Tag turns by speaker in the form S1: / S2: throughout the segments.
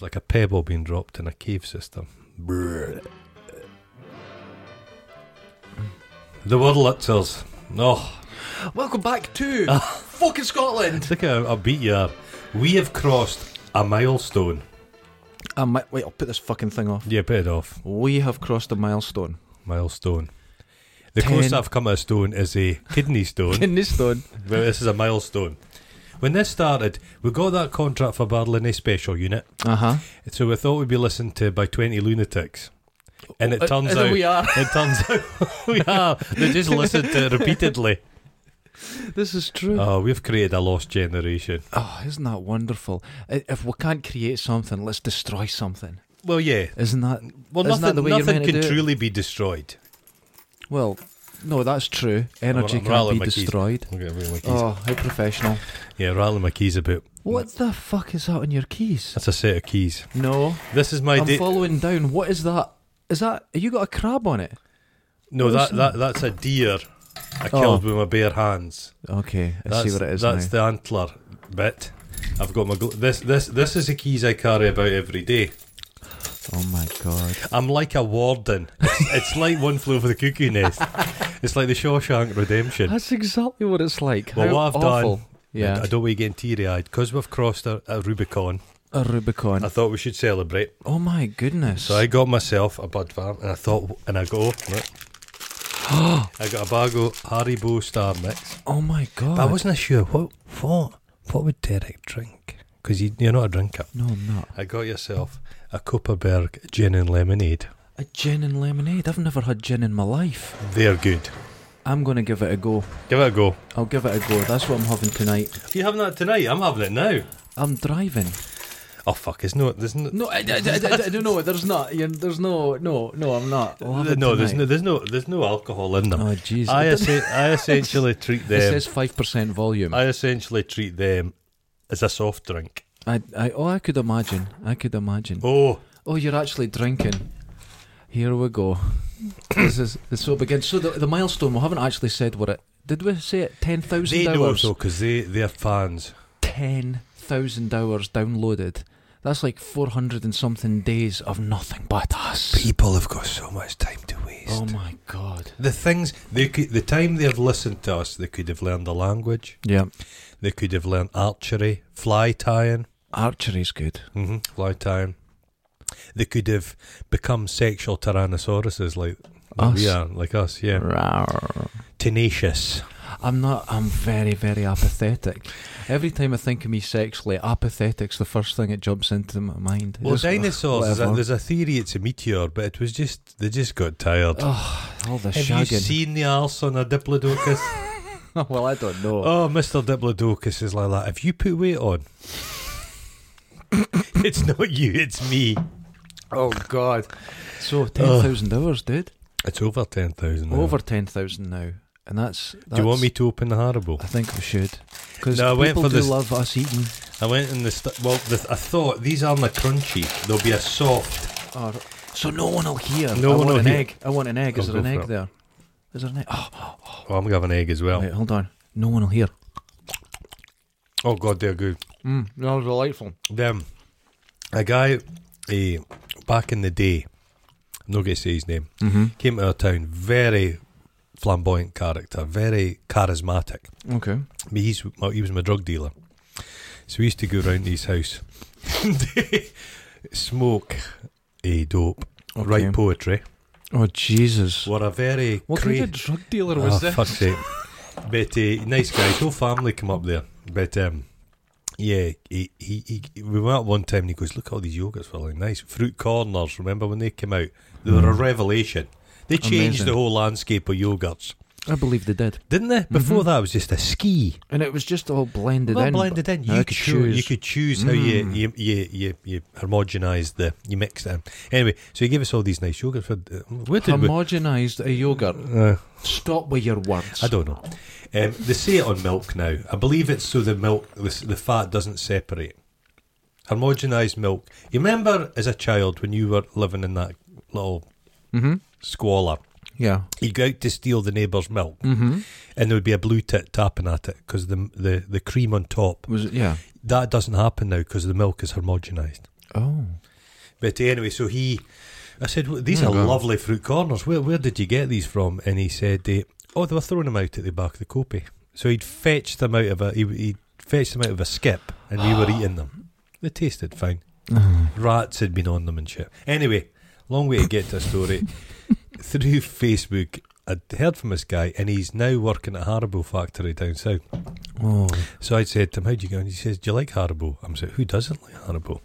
S1: like a pebble being dropped in a cave system. Brrr. The Woodlitzers. Oh,
S2: Welcome back to fucking
S1: I
S2: Scotland.
S1: think I, I beat you. We have crossed a milestone.
S2: I might, wait, I'll put this fucking thing off.
S1: Yeah, put it off.
S2: We have crossed a milestone.
S1: Milestone. The
S2: Ten.
S1: closest I've come to a stone is a kidney stone.
S2: In this stone.
S1: Well, this is a milestone. When this started, we got that contract for Barlinay Special Unit,
S2: Uh huh.
S1: so we thought we'd be listened to by 20 lunatics. And it
S2: Uh,
S1: turns
S2: and
S1: out
S2: we are.
S1: It turns out we are. They just listened to it repeatedly.
S2: This is true.
S1: Oh, we've created a lost generation.
S2: oh, isn't that wonderful? I- If we can't create something, let's destroy something.
S1: Well, yeah.
S2: Isn't that
S1: Well,
S2: Isn't that
S1: nothing,
S2: the way you're
S1: nothing
S2: meant to
S1: can
S2: do it?
S1: truly be destroyed.
S2: well? No, that's true. Energy
S1: I'm rattling
S2: can't
S1: my
S2: be
S1: keys.
S2: destroyed.
S1: Look at my keys.
S2: Oh, how professional!
S1: Yeah, rattling my keys about.
S2: What the fuck is that on your keys?
S1: That's a set of keys.
S2: No,
S1: This is my
S2: I'm
S1: day.
S2: following down. What is that? Is that have you got a crab on it?
S1: no, that,
S2: Listen.
S1: that that's a deer I
S2: Oh.
S1: killed with my bare hands.
S2: Okay, I
S1: That's,
S2: see what it is
S1: that's
S2: now.
S1: the antler bit. I've got my gl- this this this is the keys I carry about every day.
S2: oh my god!
S1: I'm like a warden. It's, it's like one flew for the cuckoo nest. It's like the Shawshank Redemption.
S2: That's exactly what it's like.
S1: Well,
S2: How
S1: what I've
S2: awful.
S1: done-
S2: Yeah,
S1: I don't want you getting teary eyed because we've crossed a, a Rubicon.
S2: a Rubicon.
S1: I thought we should celebrate.
S2: oh my goodness!
S1: So I got myself a Bud Farm and I thought, and I go, right, I got a bag of Haribo Star Mix.
S2: oh my god!
S1: But I wasn't sure what what what would Derek drink because you, you're not a drinker.
S2: no, I'm not.
S1: I got yourself a Copperberg gin and lemonade.
S2: A gin and lemonade. I've never had gin in my life.
S1: They're good.
S2: I'm gonna give it a go.
S1: Give it a go.
S2: I'll give it a go. That's what I'm having tonight.
S1: If you're having that tonight, I'm having it now.
S2: I'm driving.
S1: Oh fuck! It's no, there's no,
S2: No, I, I, I, I, I don't know. There's not. you- There's no. No, no, I'm not. I'll have it
S1: no, there's no,
S2: tonight.
S1: there's no, there's no alcohol in them.
S2: Oh jeez.
S1: I,
S2: It
S1: esse- I essentially treat them.
S2: says five percent volume. I,
S1: I essentially treat them as a soft drink.
S2: I, Oh, I could imagine. I could imagine.
S1: Oh,
S2: Oh, you're actually drinking. Here we go. this is this will begin. So the, the milestone. We haven't actually said what it. Did we say it? Ten
S1: they
S2: thousand
S1: know
S2: hours.
S1: so because they they're fans.
S2: Ten thousand hours downloaded. That's like four hundred and something days of nothing but us.
S1: People have got so much time to waste.
S2: Oh my god.
S1: the things they could, the time they've listened to us, they could have learned the language.
S2: Yeah.
S1: They could have learned archery, fly tying,
S2: Archery's good.
S1: hmm fly tying. They could have become sexual tyrannosauruses like like we
S2: Us.
S1: are, like us. Yeah,
S2: Rawr.
S1: tenacious.
S2: I'm not. I'm very, very apathetic. Every time I think of me sexually, apathetic's the first thing that jumps into my mind.
S1: Well,
S2: Just, ugh,
S1: dinosaurs. There's a,
S2: whatever.
S1: there's a theory it's a meteor, but it was just they just got tired.
S2: All the
S1: Have you
S2: shagging.
S1: seen the arse on a diplodocus?
S2: well, I don't know.
S1: oh, Mr. Diplodocus is like that. If you put weight on, it's not you, it's me.
S2: Oh God. So ten thousand hours, dude.
S1: It's over 10,000. now.
S2: Over ten thousand now, and that's, that's.
S1: Do you want me to open the Haribo?
S2: I think we should. Because
S1: No, I
S2: people
S1: went for
S2: do
S1: this-
S2: love us eating.
S1: I went in the. St- well, the, I thought these aren't a crunchy. They'll be a soft.
S2: Or, so Oh. no one will hear.
S1: No
S2: I
S1: one
S2: want
S1: will
S2: an
S1: hear.
S2: egg. I want an egg. Is
S1: I'll
S2: there an
S1: go for
S2: egg
S1: it.
S2: there? Is there an egg? Oh,
S1: Oh, I'm going to have an egg as well.
S2: wait, hold on. No one will hear.
S1: Oh, God, they're good.
S2: Mm, that was delightful.
S1: Them. A guy eh, back in the day, I'm not going to say his name,
S2: Mm-hmm.
S1: came to our town, very flamboyant character, very charismatic.
S2: Okay.
S1: Me, he's well, he was my drug dealer, so we used to go round to his house, smoke a dope,
S2: Okay.
S1: write poetry.
S2: Oh Jesus!
S1: Were a very
S2: What
S1: cra-
S2: kind of drug dealer
S1: Oh,
S2: was this?
S1: fuck's sake. But uh, nice guy, his whole family come up there. But um, yeah, he, he, he we went up one time and he goes, "Look at all these yogurts, really nice fruit corners." Remember when they came out? They were a revelation. They changed
S2: Mm. Amazing.
S1: the whole landscape of yogurts,
S2: I believe they did,
S1: didn't they? Before
S2: Mm-hmm.
S1: that, it was just a ski.
S2: and it was just all blended
S1: well,
S2: in.
S1: blended in. You
S2: I
S1: could
S2: could
S1: choose. Hmm. You
S2: choose.
S1: could choose how you you you you, you homogenise the you mix them. Anyway, so he gave us all these nice yogurts. For, uh, where did we?
S2: Homogenized a yogurt.
S1: Uh,
S2: Stop with your words.
S1: I don't know. Um, they say it on milk now. I believe it's so the milk the, s- the fat doesn't separate. Homogenised milk. You remember as a child when you were living in that little Mm-hmm. squalor.
S2: Yeah.
S1: You'd go out to steal the neighbour's milk, and there would be a blue tit tapping at it because the, the the cream on top
S2: Was it? Yeah.
S1: that doesn't happen now because the milk is homogenised.
S2: Oh.
S1: But anyway, so he, I said, "Well, these
S2: Oh,
S1: are
S2: God.
S1: lovely fruit corners. Where, where did you get these from? And he said, eh, oh, they were throwing them out at the back of the copy. So he'd fetched them out of a, he, he'd fetched them out of a skip and we were eating them. They tasted fine.
S2: Oh.
S1: Rats had been on them and shit. Anyway, long way to get to a story. Through Facebook, I'd heard from this guy and he's now working at Haribo factory down south.
S2: Oh.
S1: So I said to him, How'd you go? And he says, Do you like Haribo? I'm saying, Who doesn't like Haribo?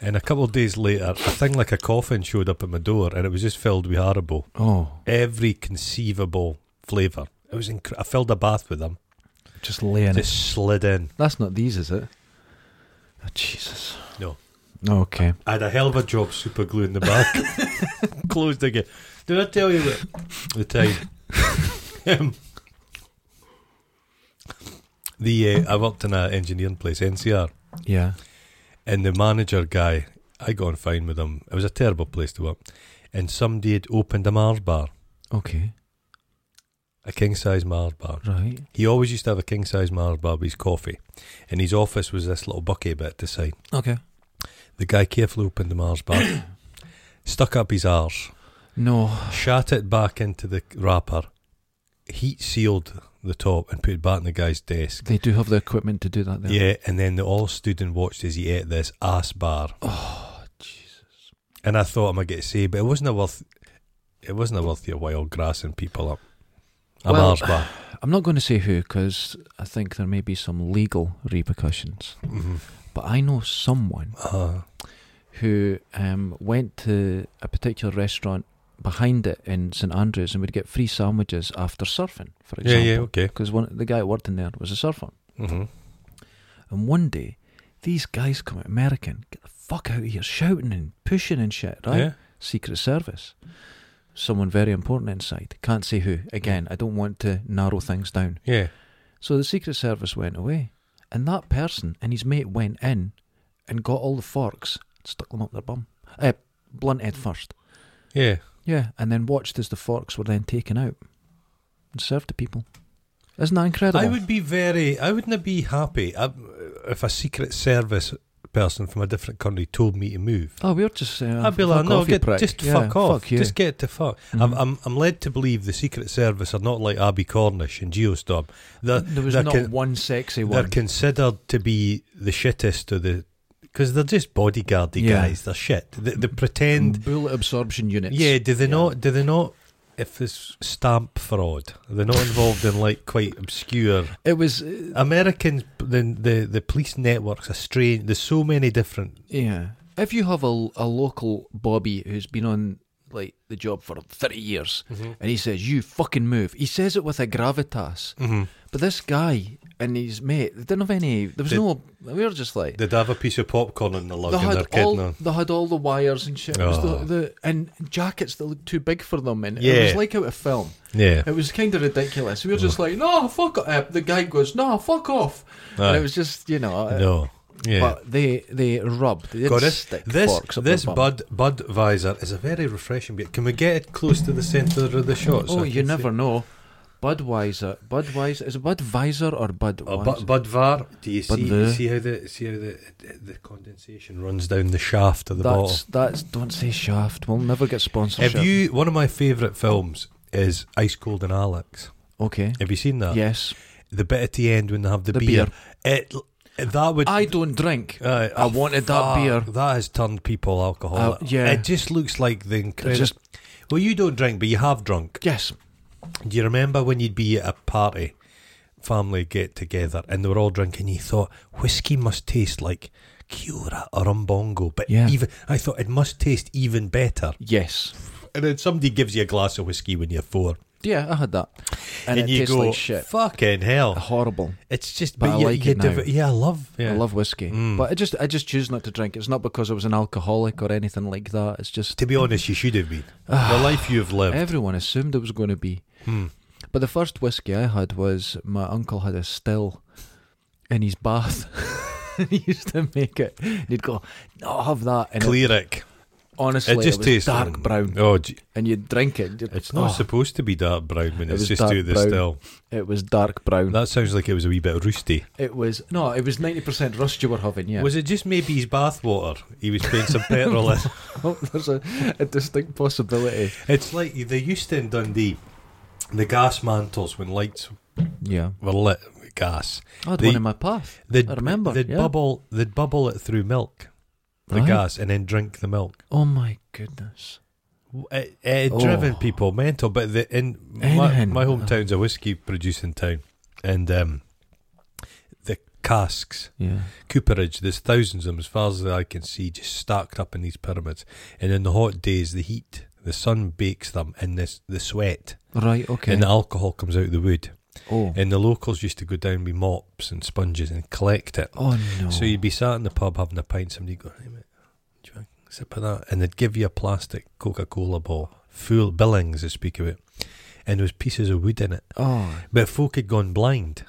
S1: And a couple of days later, a thing like a coffin showed up at my door and it was just filled with Haribo.
S2: Oh.
S1: Every conceivable flavour. It was incredible. I filled a bath with them.
S2: Just laying it.
S1: just slid in.
S2: That's not these, is it? Oh, Jesus.
S1: No.
S2: Okay.
S1: I had a hell of a job super glue in the back. Closed again. Did I tell you what? The time. um, the uh, I worked in an engineering place, NCR.
S2: Yeah.
S1: And the manager guy, I got on fine with him. It was a terrible place to work. And somebody had opened a Mars bar,
S2: Okay.
S1: a king size Mars bar.
S2: Right.
S1: He always used to have a king size Mars bar with his coffee. And his office was this little bucket bit at the side.
S2: Okay.
S1: The guy carefully opened the Mars bar, stuck up his arse,
S2: No.
S1: shat it back into the wrapper, heat sealed the top, and put it back on the guy's desk.
S2: They do have the equipment to do that there.
S1: Yeah, and then they all stood and watched as he ate this ass bar. Oh Jesus! And I thought I might get saved, but it wasn't a worth. It wasn't a worth your while grassing people up. A
S2: Well-
S1: Mars bar.
S2: I'm not going to say who because I think there may be some legal repercussions.
S1: Mhm.
S2: But I know someone
S1: Uh,
S2: who um, went to a particular restaurant behind it in St Andrews and would get free sandwiches after surfing, for
S1: yeah,
S2: example.
S1: yeah, okay.
S2: Because one the guy that worked in there was a surfer.
S1: hmm
S2: And one day, these guys come out American, get the fuck out of here, shouting and pushing and shit, right?
S1: Yeah.
S2: Secret Service. Someone very important inside. Can't say who. Again, I don't want to narrow things down.
S1: Yeah.
S2: So the Secret Service went away. And that person and his mate went in and got all the forks, stuck them up their bum. Uh, blunt head first.
S1: Yeah.
S2: Yeah. And then watched as the forks were then taken out and served to people. Isn't that incredible?
S1: I would be very. I wouldn't be happy uh, if a Secret Service person from a different country told me to move.
S2: Oh, we're just saying.
S1: I'd be like, no,
S2: you
S1: get,
S2: prick.
S1: just
S2: Yeah,
S1: fuck off.
S2: Fuck you. Mm-hmm.
S1: Just get to fuck. I'm, I'm, I'm led to believe the Secret Service are not like Abbey Cornish and Geostorm. They're,
S2: There was
S1: they're
S2: not
S1: con-
S2: one sexy
S1: they're
S2: one.
S1: considered to be the shittest of the because they're just bodyguardy
S2: Yeah. Mm.
S1: guys. They're shit. They, they pretend.
S2: Bullet absorption units.
S1: Yeah. Do they not? Do they not? If it's stamp fraud, they're not involved in like quite obscure
S2: It was. uh,
S1: American. The the, the police networks are strange. There's so many different.
S2: yeah. If you have a, a local Bobby who's been on like the job for thirty years,
S1: Mm-hmm.
S2: and he says you fucking move, he says it with a gravitas. But this guy and his mate, they didn't have any. There was
S1: They-
S2: no. We were just like.
S1: They'd have a piece of popcorn in the lug
S2: They
S1: and they're
S2: had,
S1: kidding
S2: all,
S1: them.
S2: they had all the wires and shit. It was
S1: Oh.
S2: the, the, and jackets that looked too big for them. And it
S1: Yeah.
S2: was like out of film.
S1: Yeah.
S2: It was kind of ridiculous. We were just like, no, fuck off. Uh, the guy goes, no, fuck off. And
S1: Aye.
S2: it was just, you know. uh,
S1: No. Yeah.
S2: But they they rubbed. They
S1: God,
S2: didn't
S1: this
S2: stick
S1: this,
S2: forks up
S1: this
S2: their bum.
S1: Bud Budweiser is a very refreshing beer. Can we get it close to the centre of the shot? so
S2: Oh,
S1: I
S2: you
S1: can
S2: never know. Budweiser. Budweiser. Is it Budweiser or
S1: See? Uh,
S2: Budweiser?
S1: Bud Budvar. Do you see
S2: Budvar.
S1: see how the see how the the condensation runs down the shaft of the bottle?
S2: that's, that's, don't say shaft. We'll never get sponsorship.
S1: Have you? One of my favourite films is Ice Cold and Alex.
S2: Okay.
S1: Have you seen that?
S2: Yes.
S1: The bit at the end when they have the,
S2: The
S1: beer.
S2: beer.
S1: It that would.
S2: I don't drink.
S1: Aye,
S2: I
S1: oh,
S2: wanted that beer.
S1: That has turned people alcoholic.
S2: Uh, yeah.
S1: It just looks like the incredible.
S2: just-
S1: well, you don't drink, but you have drunk.
S2: Yes.
S1: Do you remember when you'd be at a party, family get together, and they were all drinking? You thought whiskey must taste like Cura or Umbongo, but
S2: Yeah.
S1: even I thought it must taste even better.
S2: Yes.
S1: And then somebody gives you a glass of whiskey when you're four,
S2: Yeah, I had that. And, it
S1: you
S2: tastes
S1: go,
S2: like shit.
S1: "Fucking hell!"
S2: Horrible.
S1: It's just,
S2: But
S1: but,
S2: I
S1: you,
S2: like
S1: you
S2: it now.
S1: div- yeah, I love, yeah, Mm.
S2: I love whiskey, but I just I just choose not to drink. It's not because I was an alcoholic or anything like that. It's just
S1: To be honest, you should have been
S2: Ah.
S1: the life you've lived.
S2: everyone assumed it was going to be.
S1: Hmm.
S2: But the first whiskey I had was my uncle had a still in his bath. he used to make it. And he'd go, "No, I'll have that." And it-
S1: Cleric.
S2: honestly, it
S1: just
S2: was
S1: tastes
S2: dark
S1: mm,
S2: brown,
S1: Oh, gee,
S2: and you drink it. you're-
S1: it's not
S2: oh,
S1: supposed to be dark brown when
S2: It
S1: it's
S2: was
S1: just to
S2: dark
S1: the
S2: brown.
S1: still.
S2: it was dark brown.
S1: That sounds like it was a wee bit roosty.
S2: it was no, it was ninety percent rust you were having. Yeah,
S1: Was it just maybe his bathwater? He was putting some petrol in.
S2: Oh, there's a, a distinct possibility.
S1: It's like they used to in Dundee, the gas mantles when lights
S2: Yeah,
S1: were lit with gas.
S2: I had
S1: The-
S2: one in my path.
S1: They'd,
S2: I remember,
S1: They'd
S2: yeah.
S1: bubble. They'd bubble it through milk, the
S2: Right.
S1: gas, and then drink the milk.
S2: Oh my goodness.
S1: It, it had
S2: Oh.
S1: driven people mental. But the, in my,
S2: Anything.
S1: my hometown's a whiskey producing town, and um, the casks,
S2: Yeah.
S1: cooperage. There's thousands of them, as far as I can see, just stacked up in these pyramids. And in the hot days, the heat, the sun bakes them, and this the sweat
S2: Right. Okay.
S1: and the alcohol comes out of the wood.
S2: oh.
S1: And the locals used to go down with mops and sponges and collect it.
S2: oh no.
S1: So you'd be sat in the pub having a pint, somebody go, hey mate, do you want a sip of that? And they'd give you a plastic Coca Cola bottle, full billings, they speak of it. And there was pieces of wood in it.
S2: oh.
S1: But folk had gone blind.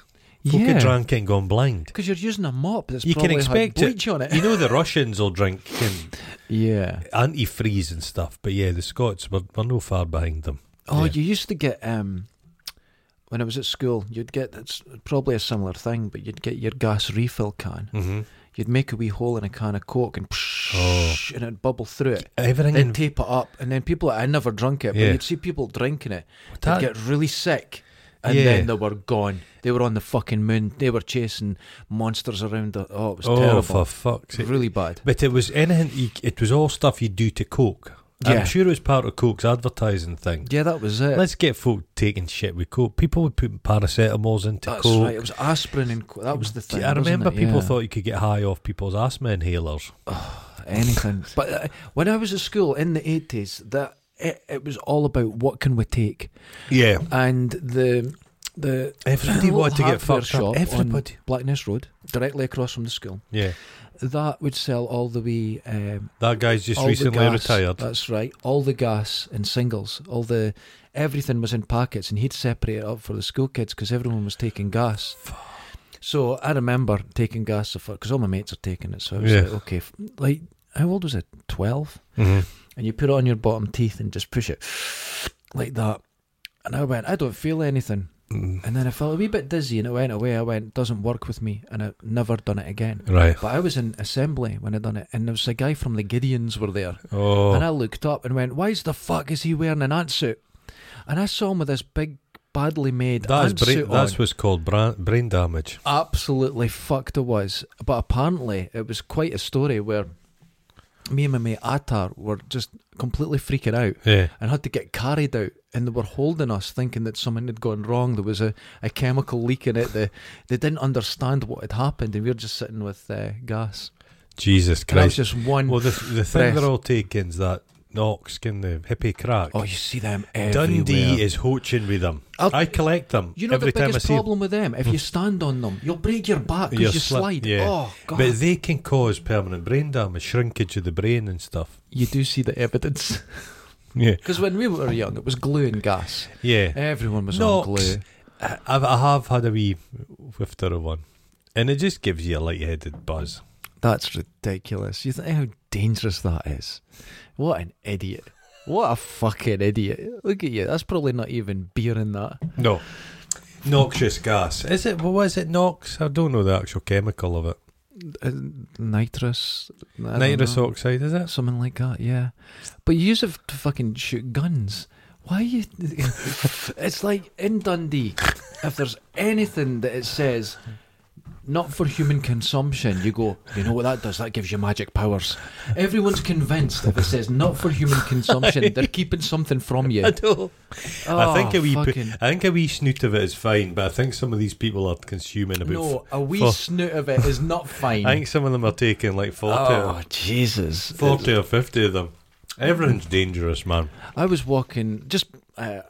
S1: Folk had
S2: Yeah.
S1: drank it and gone blind.
S2: Because you're using a mop that's
S1: You can
S2: probably
S1: expect
S2: had
S1: it.
S2: bleach on it.
S1: You know the Russians will drink and
S2: Yeah.
S1: antifreeze and stuff, but yeah, the Scots were, were no far behind them.
S2: Oh,
S1: Yeah.
S2: you used to get um when I was at school, you'd get it's probably a similar thing, but you'd get your gas refill can.
S1: Mm-hmm.
S2: You'd make a wee hole in a can of Coke and psh,
S1: Oh.
S2: and it'd bubble through it.
S1: Everything
S2: Then
S1: in
S2: tape it up, and then people I never drunk it, but
S1: Yeah.
S2: you'd see people drinking it.
S1: That-
S2: They'd get really sick, and
S1: Yeah.
S2: then they were gone. They were on the fucking moon. They were chasing monsters around. The, oh, it was
S1: Oh,
S2: terrible.
S1: for fuck's sake.
S2: Really bad.
S1: But it was anything. You, it was all stuff you do to Coke.
S2: Yeah.
S1: I'm sure it was part of Coke's advertising thing.
S2: Yeah, that was it.
S1: Let's get folk taking shit with Coke. People would put paracetamols into
S2: That's
S1: Coke.
S2: right. It was aspirin and co- that was the thing.
S1: I
S2: wasn't
S1: remember
S2: it?
S1: people
S2: Yeah.
S1: thought you could get high off people's asthma inhalers.
S2: anything. but uh, when I was at school in the eighties, that it, it was all about what can we take,
S1: Yeah,
S2: and the the
S1: everybody
S2: little
S1: wanted to get
S2: hardware
S1: fucked
S2: shop
S1: up.
S2: on
S1: Everybody.
S2: Blackness Road, directly across from the school.
S1: Yeah,
S2: That would sell all the wee. Um,
S1: that guy's just
S2: all the
S1: recently
S2: gas.
S1: retired.
S2: That's right. All the gas in singles. All the everything was in packets, and he'd separate it up for the school kids because everyone was taking gas. So I remember taking gas because all my mates are taking it. So I was
S1: Yeah.
S2: like, okay, f- like how old was I? Twelve
S1: Mhm.
S2: and you put it on your bottom teeth and just push it like that. And I went, I don't feel anything.
S1: Mm.
S2: And then I felt a wee bit dizzy and it went away. I went, doesn't work with me. And I've never done it again.
S1: Right.
S2: But I was in assembly when I done it. And there was a guy from the Gideons were there.
S1: Oh,
S2: And I looked up and went, why is the fuck is he wearing an ant suit? And I saw him with this big, badly made
S1: that's
S2: ant
S1: brain,
S2: suit
S1: that's
S2: on.
S1: what's called bra- brain damage.
S2: Absolutely fucked I was. But apparently it was quite a story where me and my mate Atar were just completely freaking out
S1: Yeah.
S2: and had to get carried out. And they were holding us, thinking that something had gone wrong. There was a, a chemical leak in it. They, they didn't understand what had happened, and we were just sitting with uh, gas.
S1: Jesus
S2: And that was
S1: Christ.
S2: just one.
S1: Well, the the thing
S2: breath.
S1: they're all taking's that Knox and the hippie crack.
S2: oh, you see them everywhere.
S1: Dundee is hoaching with them.
S2: I'll-
S1: I collect them
S2: You know
S1: every
S2: the
S1: time I
S2: biggest
S1: see them.
S2: problem with them? If you stand on them, you'll break your back
S1: Your
S2: because you
S1: sli-
S2: slide.
S1: yeah.
S2: Oh, God.
S1: But they can cause permanent brain damage, shrinkage of the brain and stuff.
S2: you do see the evidence.
S1: Yeah,
S2: Because when we were young, it was glue and gas.
S1: yeah.
S2: Everyone was
S1: Knox.
S2: on glue.
S1: I- I've, I have had a wee whifter of one, and it just gives you a light-headed buzz.
S2: That's ridiculous. You think how dangerous that is? What an idiot. What a fucking idiot. Look at you. That's probably not even beer in that.
S1: No, noxious gas. Is it? What was it? Nox? I don't know the actual chemical of it.
S2: Uh, nitrous. I don't
S1: Nitrous
S2: know.
S1: oxide, is it?
S2: Something like that, yeah. But you use it to fucking shoot guns. Why you. it's like in Dundee, if there's anything that it says. Not for human consumption. You go, you know what that does? That gives you magic powers. Everyone's convinced if it says not for human consumption, they're keeping something from you.
S1: don't. I think a
S2: Oh,
S1: wee, pu-
S2: fucking-
S1: I think a wee snoot of it is fine, but I think some of these people are consuming about.
S2: no, a wee
S1: for-
S2: snoot of it is not fine.
S1: I think some of them are taking like forty. or
S2: oh Jesus!
S1: 40 or 50 of them. Everyone's dangerous, man.
S2: I was walking just uh,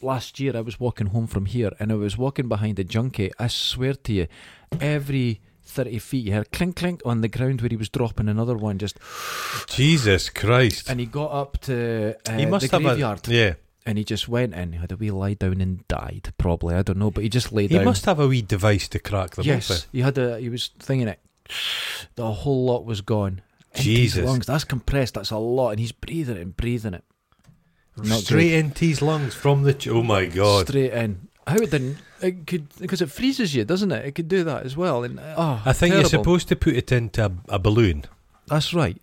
S2: last year. I was walking home from here, and I was walking behind a junkie. I swear to you, every thirty feet, you heard clink clink on the ground where he was dropping another one. Just
S1: Jesus Christ.
S2: and he got up to uh,
S1: he must
S2: the
S1: have
S2: graveyard,
S1: a yeah.
S2: and he just went in, had a wee lie down, and died. Probably I don't know, but he just lay
S1: He
S2: down.
S1: must have a wee device to crack them
S2: yes, he had a he was thinking it. The whole lot was gone, into
S1: Jesus.
S2: his lungs. That's compressed. That's a lot, and he's breathing it and breathing it. Not
S1: Straight into his lungs from the. Ch- oh my god.
S2: straight in. How then? It could because it freezes you, doesn't it? It could do that as well. And uh, oh,
S1: I think
S2: terrible.
S1: you're supposed to put it into a, a balloon.
S2: That's right.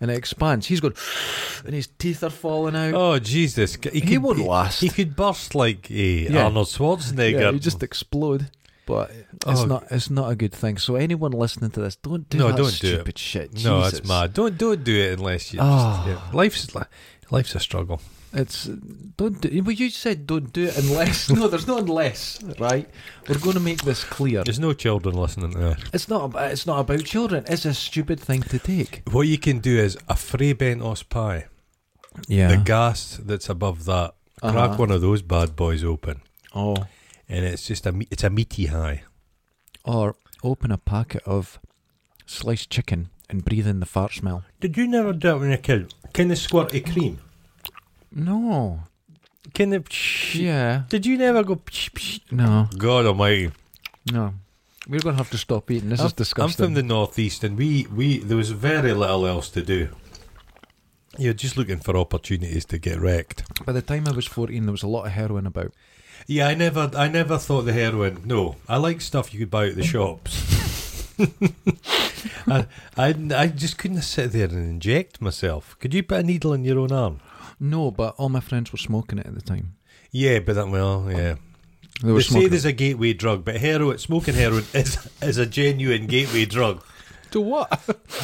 S2: And it expands. He's going, and his teeth are falling out.
S1: Oh Jesus! He,
S2: He won't last.
S1: He could burst like eh,
S2: Yeah.
S1: Arnold
S2: yeah,
S1: Schwarzenegger.
S2: you just explode. But it's
S1: Oh.
S2: not. It's not a good thing. So anyone listening to this, don't do
S1: No,
S2: that
S1: don't do it.
S2: stupid shit.
S1: no,
S2: Jesus.
S1: it's mad. Don't don't do it unless you.
S2: Ah.
S1: Just, yeah. Life's li- life's a struggle.
S2: It's don't do. Well, you said don't do it unless. no, there's no unless. Right. We're going to make this clear.
S1: There's no children listening to this.
S2: It's not. ab- It's not about children. It's a stupid thing to take.
S1: What you can do is a free bentos pie.
S2: Yeah.
S1: The gas that's above that.
S2: Uh-huh.
S1: Crack one of those bad boys open,
S2: oh.
S1: and it's just a me- it's a meaty high.
S2: Or open a packet of sliced chicken and breathe in the fart smell.
S1: Did you never do it when you were a kid? Can the squirt a cream?
S2: No.
S1: Can the
S2: Yeah.
S1: Did you never go?
S2: No.
S1: God Almighty!
S2: No. We're going to have to stop eating. This is
S1: I'm
S2: disgusting.
S1: from the northeast, and we we there was very little else to do. You're just looking for opportunities to get wrecked.
S2: By the time I was 14, there was a lot of heroin about.
S1: Yeah, I never, I never thought the heroin. No, I like stuff you could buy at the shops. I, I, I just couldn't sit there and inject myself. Could you put a needle in your own arm?
S2: No, but all my friends were smoking it at the time.
S1: Yeah, but that well, yeah.
S2: They
S1: They
S2: were
S1: say
S2: smoking it.
S1: there's a gateway drug, but heroin, smoking heroin is is a genuine gateway drug.
S2: To what?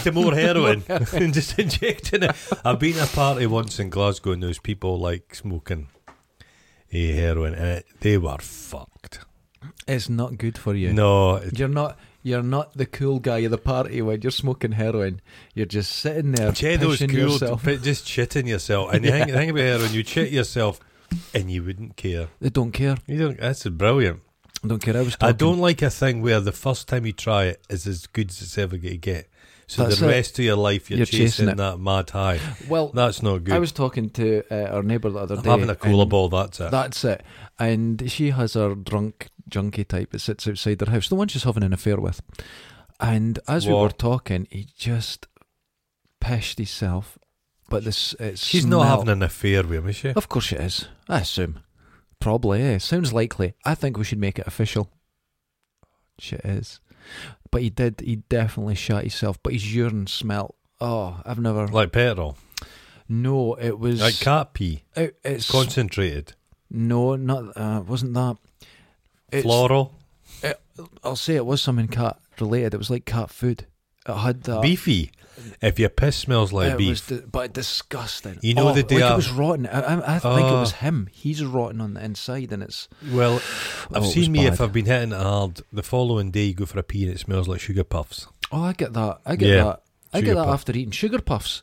S1: to more heroin and just injecting it. I've been to a party once in Glasgow and there was people like smoking eh, heroin and it, they were fucked.
S2: It's not good for you.
S1: No, it-
S2: You're not. You're not the cool guy at the party when you're smoking heroin. You're just sitting there
S1: Chedo's
S2: pissing
S1: cool,
S2: yourself.
S1: but just shitting yourself. And the, thing, the thing about heroin, you shit yourself and you wouldn't care.
S2: They don't care.
S1: You don't, that's brilliant.
S2: They don't care. I was. Talking.
S1: I don't like a thing where the first time you try it is as good as it's ever going to get. So
S2: That's
S1: the
S2: it.
S1: rest of your life you're,
S2: You're chasing
S1: chasing,
S2: it.
S1: that mad high.
S2: Well,
S1: That's not good.
S2: I was talking to uh, our neighbour the other
S1: I'm
S2: day.
S1: having a cola
S2: and
S1: ball, that's it.
S2: That's it. And she has her drunk junkie type that sits outside her house, the one she's having an affair with. And as we
S1: Wow.
S2: were talking, he just pished himself. But this, it
S1: She's
S2: smelt-
S1: not having an affair with him, is she?
S2: Of course it is. I assume. Probably. Yeah. Sounds likely. I think we should make it official. Shit is. But he did. He definitely shot himself. But his urine smelt. Oh, I've never.
S1: Like petrol.
S2: no, it was.
S1: Like cat pee.
S2: it, it's
S1: Concentrated.
S2: no, not uh, wasn't that. It's-
S1: Floral.
S2: I'll say it was something cat related. It was like cat food. It had that
S1: Beefy. If your piss smells like
S2: it Was
S1: beef.
S2: di- but disgusting.
S1: You know
S2: oh,
S1: the day
S2: like
S1: I-
S2: it was rotten. I, I, I think it
S1: Ah.
S2: was him. He's rotten on the inside, and it's
S1: well,
S2: Oh,
S1: I've
S2: it was
S1: seen me if
S2: bad.
S1: I've been hitting it hard, the following day you go for a pee and it smells like sugar puffs.
S2: oh, I get that. I get
S1: Yeah.
S2: that. I get
S1: Sugar
S2: that
S1: puff.
S2: after eating sugar puffs.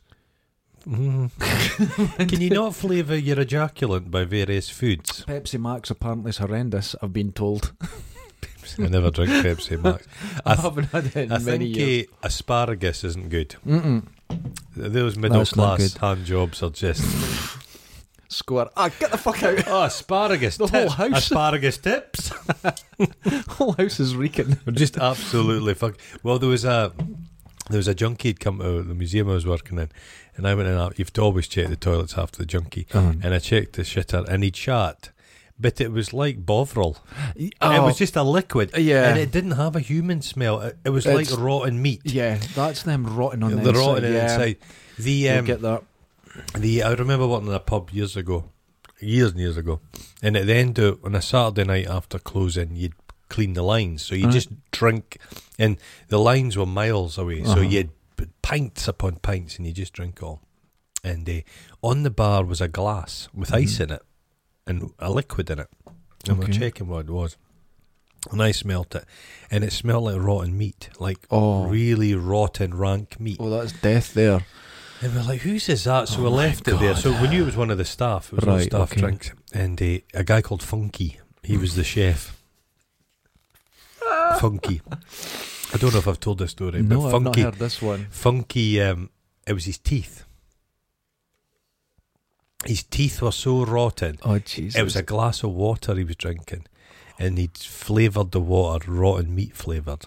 S1: Mm. Can you not flavour your ejaculant by various foods?
S2: Pepsi Max apparently is horrendous. I've been told.
S1: I never drink Pepsi Max. I,
S2: I
S1: th-
S2: haven't had it in
S1: I
S2: many
S1: think uh,
S2: years.
S1: eh, asparagus isn't good.
S2: Mm-mm.
S1: Those middle
S2: not
S1: class hand jobs are just.
S2: Squirt. Ah, get the fuck out!
S1: oh, asparagus.
S2: The whole
S1: tips.
S2: house.
S1: Asparagus tips.
S2: Whole house is reeking.
S1: We're just absolutely fuck. Well, there was a there was a junkie had come to the museum I was working in, and I went in. uh, You've to always check the toilets after the junkie, and I checked the shitter, and he'd shat, but it was like bovril. It
S2: Oh,
S1: was just a liquid,
S2: Yeah.
S1: and it didn't have a human smell. It, it was
S2: It's-
S1: like rotten meat.
S2: yeah, that's them rotting on the,
S1: the
S2: inside.
S1: rotten
S2: yeah.
S1: inside. The
S2: You'll
S1: um,
S2: get that.
S1: the I remember working in a pub years ago, years and years ago, and at the end of on a Saturday night after closing, you'd clean the lines, so you
S2: Right.
S1: just drink, and the lines were miles away, so
S2: Uh-huh.
S1: you'd put pints upon pints, and you just drink all. And uh, on the bar was a glass with ice in it and a liquid in it, and we're
S2: Mm-hmm. Okay.
S1: checking what it was. And I smelt it, and it smelled like rotten meat, like
S2: Oh.
S1: really rotten, rank meat.
S2: Oh, that's death there.
S1: And we're like, whose is that? So
S2: Oh
S1: we
S2: my
S1: left it there.
S2: God.
S1: So we knew it was one of the staff. It was one of
S2: Right,
S1: the staff
S2: okay.
S1: drinks. And uh, a guy called Funky. He was the chef. Funky. I don't know if I've told this story,
S2: no,
S1: but
S2: I've not
S1: Funky.
S2: heard this one.
S1: Funky. Um, it was his teeth. His teeth were so rotten.
S2: Oh, Jesus.
S1: It was a glass of water he was drinking, and he'd flavoured the water rotten meat flavoured.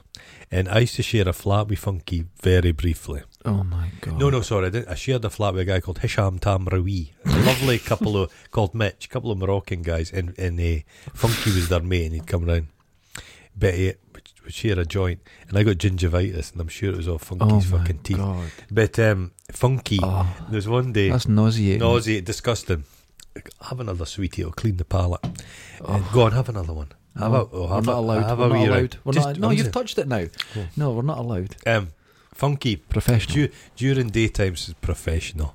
S1: And I used to share a flat with Funky very briefly.
S2: Oh my god.
S1: No, no, sorry. I, didn't, I shared a flat with a guy called Hisham Tamrawi. A lovely couple of called Mitch, couple of Moroccan guys, and and uh, Funky was their mate, and he'd come round. But uh, would share a joint, and I got gingivitis, and I'm sure it was all
S2: Oh
S1: Funky's
S2: my
S1: fucking teeth.
S2: god.
S1: But um, Funky,
S2: Oh,
S1: there was one day
S2: that's nauseating.
S1: nauseating, disgusting. Have another sweetie, it'll clean the palate. Uh, go on, have another one. Have a, oh,
S2: Ah. we're
S1: have
S2: not
S1: a,
S2: allowed.
S1: Have
S2: we're
S1: a
S2: not
S1: wee round.
S2: allowed. We're
S1: Just-
S2: not, no,
S1: I'm
S2: you've
S1: saying,
S2: touched it now.
S1: Cool.
S2: No, we're not allowed.
S1: um, Funky
S2: Professional.
S1: du- during daytime is professional.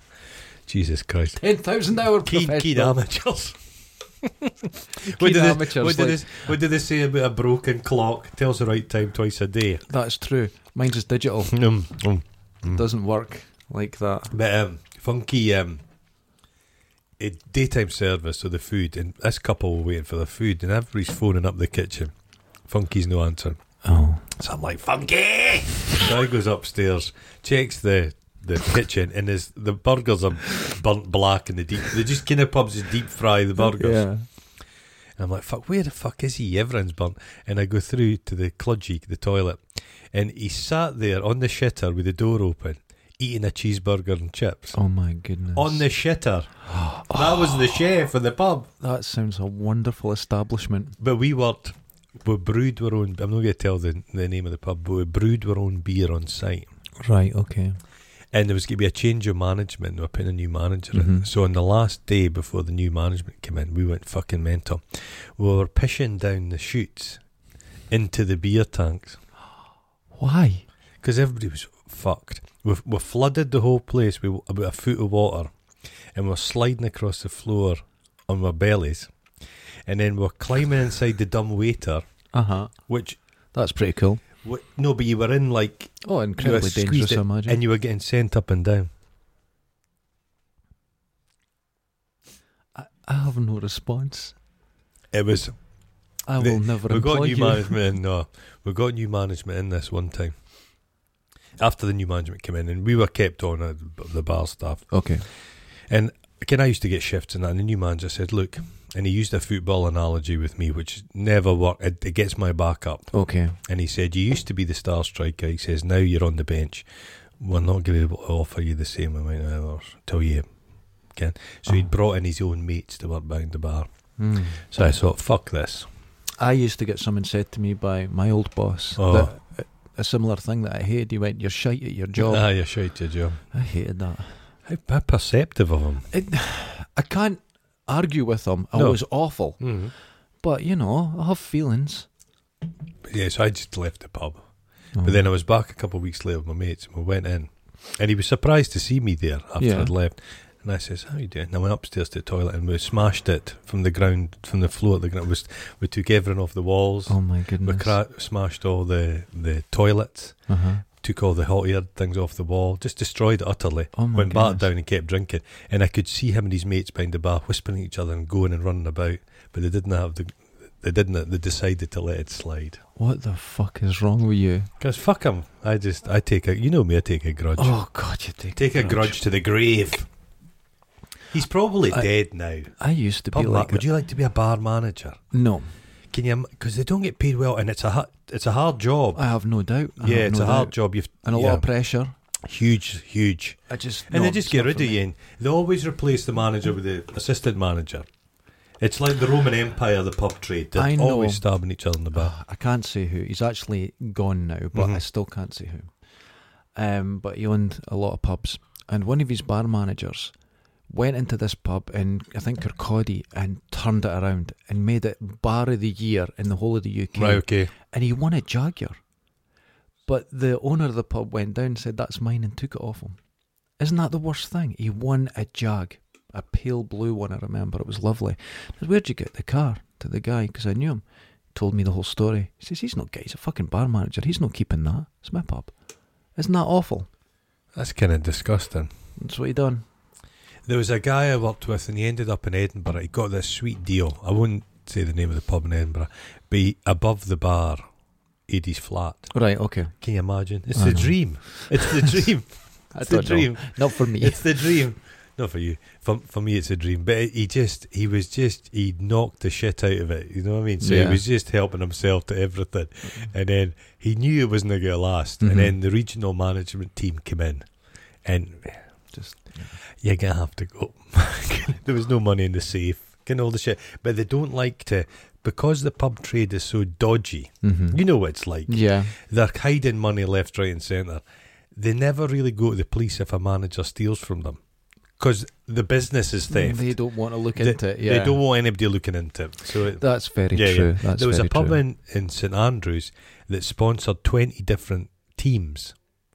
S1: Jesus Christ.
S2: Ten thousand hour
S1: Keen,
S2: professional.
S1: keen amateurs. what, did they,
S2: amateurs,
S1: what, did
S2: like-
S1: they, what did they say about a broken clock? Tells the right time twice a day.
S2: That's true. Mine's is digital. mm.
S1: Hmm.
S2: Doesn't work like that.
S1: But um, funky um, a daytime service of the food, and this couple were waiting for the food, and everybody's phoning up the kitchen. Funky's no answering.
S2: Oh.
S1: So I'm like, Funky! Guy goes upstairs, checks the the kitchen, and is the burgers are burnt black in the deep. They just kind of pubs just deep fry the burgers.
S2: Yeah.
S1: And I'm like, fuck, where the fuck is he? Everyone's burnt. And I go through to the kludgy, the toilet, and he sat there on the shitter with the door open, eating a cheeseburger and chips.
S2: Oh my goodness.
S1: On the shitter. That was the chef of the pub.
S2: that sounds a wonderful establishment.
S1: But we worked, we brewed our own, I'm not going to tell the, the name of the pub, but we brewed our own beer on site.
S2: Right. Okay.
S1: And there was going to be a change of management. and They were putting a new manager in.
S2: Mhm.
S1: So on the last day before the new management came in, we went fucking mental. We were pissing down the chutes into the beer tanks.
S2: Why?
S1: because everybody was fucked. We've, we flooded the whole place with about a foot of water, and we're sliding across the floor on our bellies, and then we're climbing inside the dumb waiter,
S2: Uh huh.
S1: which
S2: That's pretty cool.
S1: wh- no, but you were in like
S2: Oh,
S1: you were
S2: incredibly
S1: squeezed
S2: dangerous, I
S1: in,
S2: imagine.
S1: and you were getting sent up and down.
S2: I have no response.
S1: It was
S2: I
S1: The-
S2: will never
S1: we got
S2: employ
S1: new
S2: you.
S1: management in. No, we got new management in this one time. After the new management came in, and we were kept on uh, the bar staff.
S2: Okay.
S1: And again, I used to get shifts and that. And the new manager said, Look, and he used a football analogy with me, which never worked. It, it gets my back up.
S2: Okay.
S1: And he said, You used to be the star striker. He says, Now you're on the bench. We're not going to be able to offer you the same amount of hours till you can. So he'd brought in his own mates to work behind the bar.
S2: Mm.
S1: So I thought, Fuck this.
S2: I used to get something said to me by my old boss.
S1: Oh.
S2: That, a similar thing that I hated. He went, "You're shite at your job."
S1: Ah, you're shite, your job.
S2: I hated that.
S1: How, how perceptive of him.
S2: It, I can't argue with him. I
S1: No.
S2: was awful,
S1: Mm.
S2: but you know, I have feelings.
S1: Yeah, so I just left the pub. But then I was back a couple of weeks later with my mates and we went in. And he was surprised to see me there after
S2: Yeah.
S1: I'd left. And I says, How you doing? And I went upstairs to the toilet and we smashed it from the ground, from the floor. The ground. We, s- we took everything off the walls.
S2: oh my
S1: we
S2: goodness.
S1: cra- smashed all the, the toilets,
S2: uh-huh.
S1: took all the hot air things off the wall, just destroyed it utterly.
S2: Oh my
S1: went back
S2: goodness.
S1: down and kept drinking. And I could see him and his mates behind the bar whispering at each other and going and running about. But they didn't have the. They didn't. They decided to let it slide.
S2: What the fuck is wrong with you?
S1: Because fuck him. I just, I take a, you know me, I take a grudge.
S2: Oh God, you take
S1: take a grudge to the grave. He's probably
S2: I-
S1: dead now.
S2: I used to
S1: Pub
S2: be
S1: la-
S2: like
S1: would
S2: that.
S1: you like to be a bar manager?
S2: No,
S1: Can you? Because they don't get paid well, and it's a ha- it's a hard job.
S2: I have no doubt. I
S1: yeah,
S2: have
S1: it's
S2: no
S1: a hard
S2: doubt.
S1: job. You've
S2: and a
S1: yeah.
S2: lot of pressure.
S1: huge, huge,
S2: I just
S1: and
S2: no,
S1: they just
S2: it's
S1: get
S2: not
S1: rid
S2: for
S1: of
S2: me.
S1: you. And they always replace the manager with the assistant manager. It's like the Roman Empire, the pub trade. They're
S2: I know.
S1: always stabbing each other in the back.
S2: I can't say who. He's actually gone now, but I
S1: Mhm.
S2: still can't say who. Um, but he owned a lot of pubs, and one of his bar managers went into this pub in I think Kirkcaldy and turned it around and made it bar of the year in the whole of the UK,
S1: okay.
S2: and he won a Jaguar. But the owner of the pub went down and said, "That's mine," and took it off him. Isn't that the worst thing? He won a Jag, a pale blue one. I remember it was lovely. I said, Where'd you get the car? To the guy because I knew him told me the whole story. He says, He's not gay, he's a fucking bar manager. He's not keeping that. It's my pub. Isn't that awful?
S1: That's kind of disgusting.
S2: That's what he done.
S1: There was a guy I worked with, and he ended up in Edinburgh. He got this sweet deal. I won't say the name of the pub in Edinburgh, but he, above the bar, Eddie's flat.
S2: Right, okay.
S1: Can you imagine? It's
S2: I
S1: the
S2: know.
S1: dream. It's the dream.
S2: I
S1: it's the
S2: don't know.
S1: dream.
S2: Not for me.
S1: It's the dream. Not for you. For, for me, it's a dream. But he just, he was just, he knocked the shit out of it. You know what I mean? So
S2: Yeah.
S1: he was just helping himself to everything. And then he knew it wasn't going to last.
S2: Mhm.
S1: And then the regional management team came in And
S2: Just
S1: you're gonna have to go. there was no money in the safe, and all the shit. But they don't like to because the pub trade is so dodgy.
S2: Mhm.
S1: You know what it's like.
S2: yeah,
S1: They're hiding money left, right, and centre. They never really go to the police if a manager steals from them because the business is theft.
S2: Mm, they don't want to look
S1: They-
S2: into it. Yeah,
S1: They don't want anybody looking into it. So it,
S2: That's very
S1: Yeah,
S2: true.
S1: yeah.
S2: That's
S1: there was a
S2: very
S1: pub
S2: true.
S1: in, in St Andrews that sponsored 20 different teams,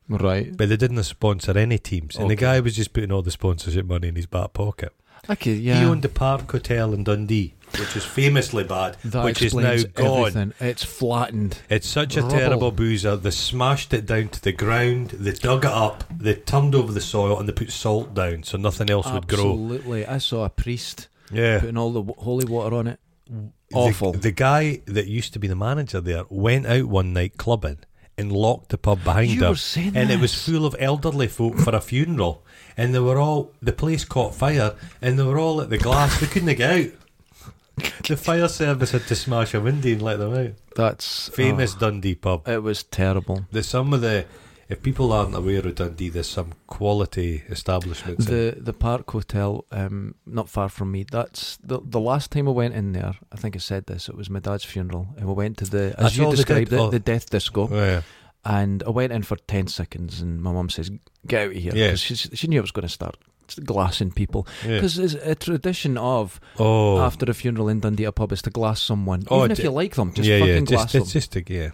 S2: right.
S1: but they didn't sponsor any teams. And the
S2: Okay.
S1: guy was just putting all the sponsorship money in his back pocket.
S2: Okay, yeah.
S1: He owned the Park Hotel in Dundee, which is famously bad,
S2: that
S1: which is now
S2: explains
S1: gone.
S2: everything. It's flattened.
S1: It's such a
S2: Rubble.
S1: terrible boozer. They smashed it down to the ground, they dug it up, they turned over the soil, and they put salt down so nothing else would grow.
S2: Absolutely. I saw a priest
S1: Yeah.
S2: putting all the w- holy water on it.
S1: The-
S2: Awful.
S1: The, guy that used to be the manager there went out one night clubbing and locked the pub behind
S2: You
S1: him.
S2: were saying
S1: and it was
S2: this.
S1: full of elderly folk for a funeral. And they were all, the place caught fire and they were all at the glass. they couldn't get out. The fire service had to smash a window and let them out.
S2: That's oh,
S1: Famous Dundee pub.
S2: it was terrible.
S1: There's some of the, if people aren't aware of Dundee, there's some quality establishments. in-
S2: The the Park Hotel, um, not far from me. That's the the last time I went in there. I think I said this. It was my dad's funeral, and we went to the
S1: That's
S2: as you
S1: all they did?
S2: described it,
S1: Oh.
S2: the death disco.
S1: yeah.
S2: And I went in for ten seconds, and my mum says, "Get out of here,"
S1: Yeah.
S2: 'cause she she knew it was going to start glassing people
S1: yeah.
S2: because it's a tradition of
S1: Oh,
S2: after a funeral in Dundee a pub is to glass someone,
S1: Oh,
S2: even if
S1: d-
S2: you like them, just
S1: yeah,
S2: fucking
S1: yeah.
S2: glass
S1: Just,
S2: them.
S1: it's just a, yeah.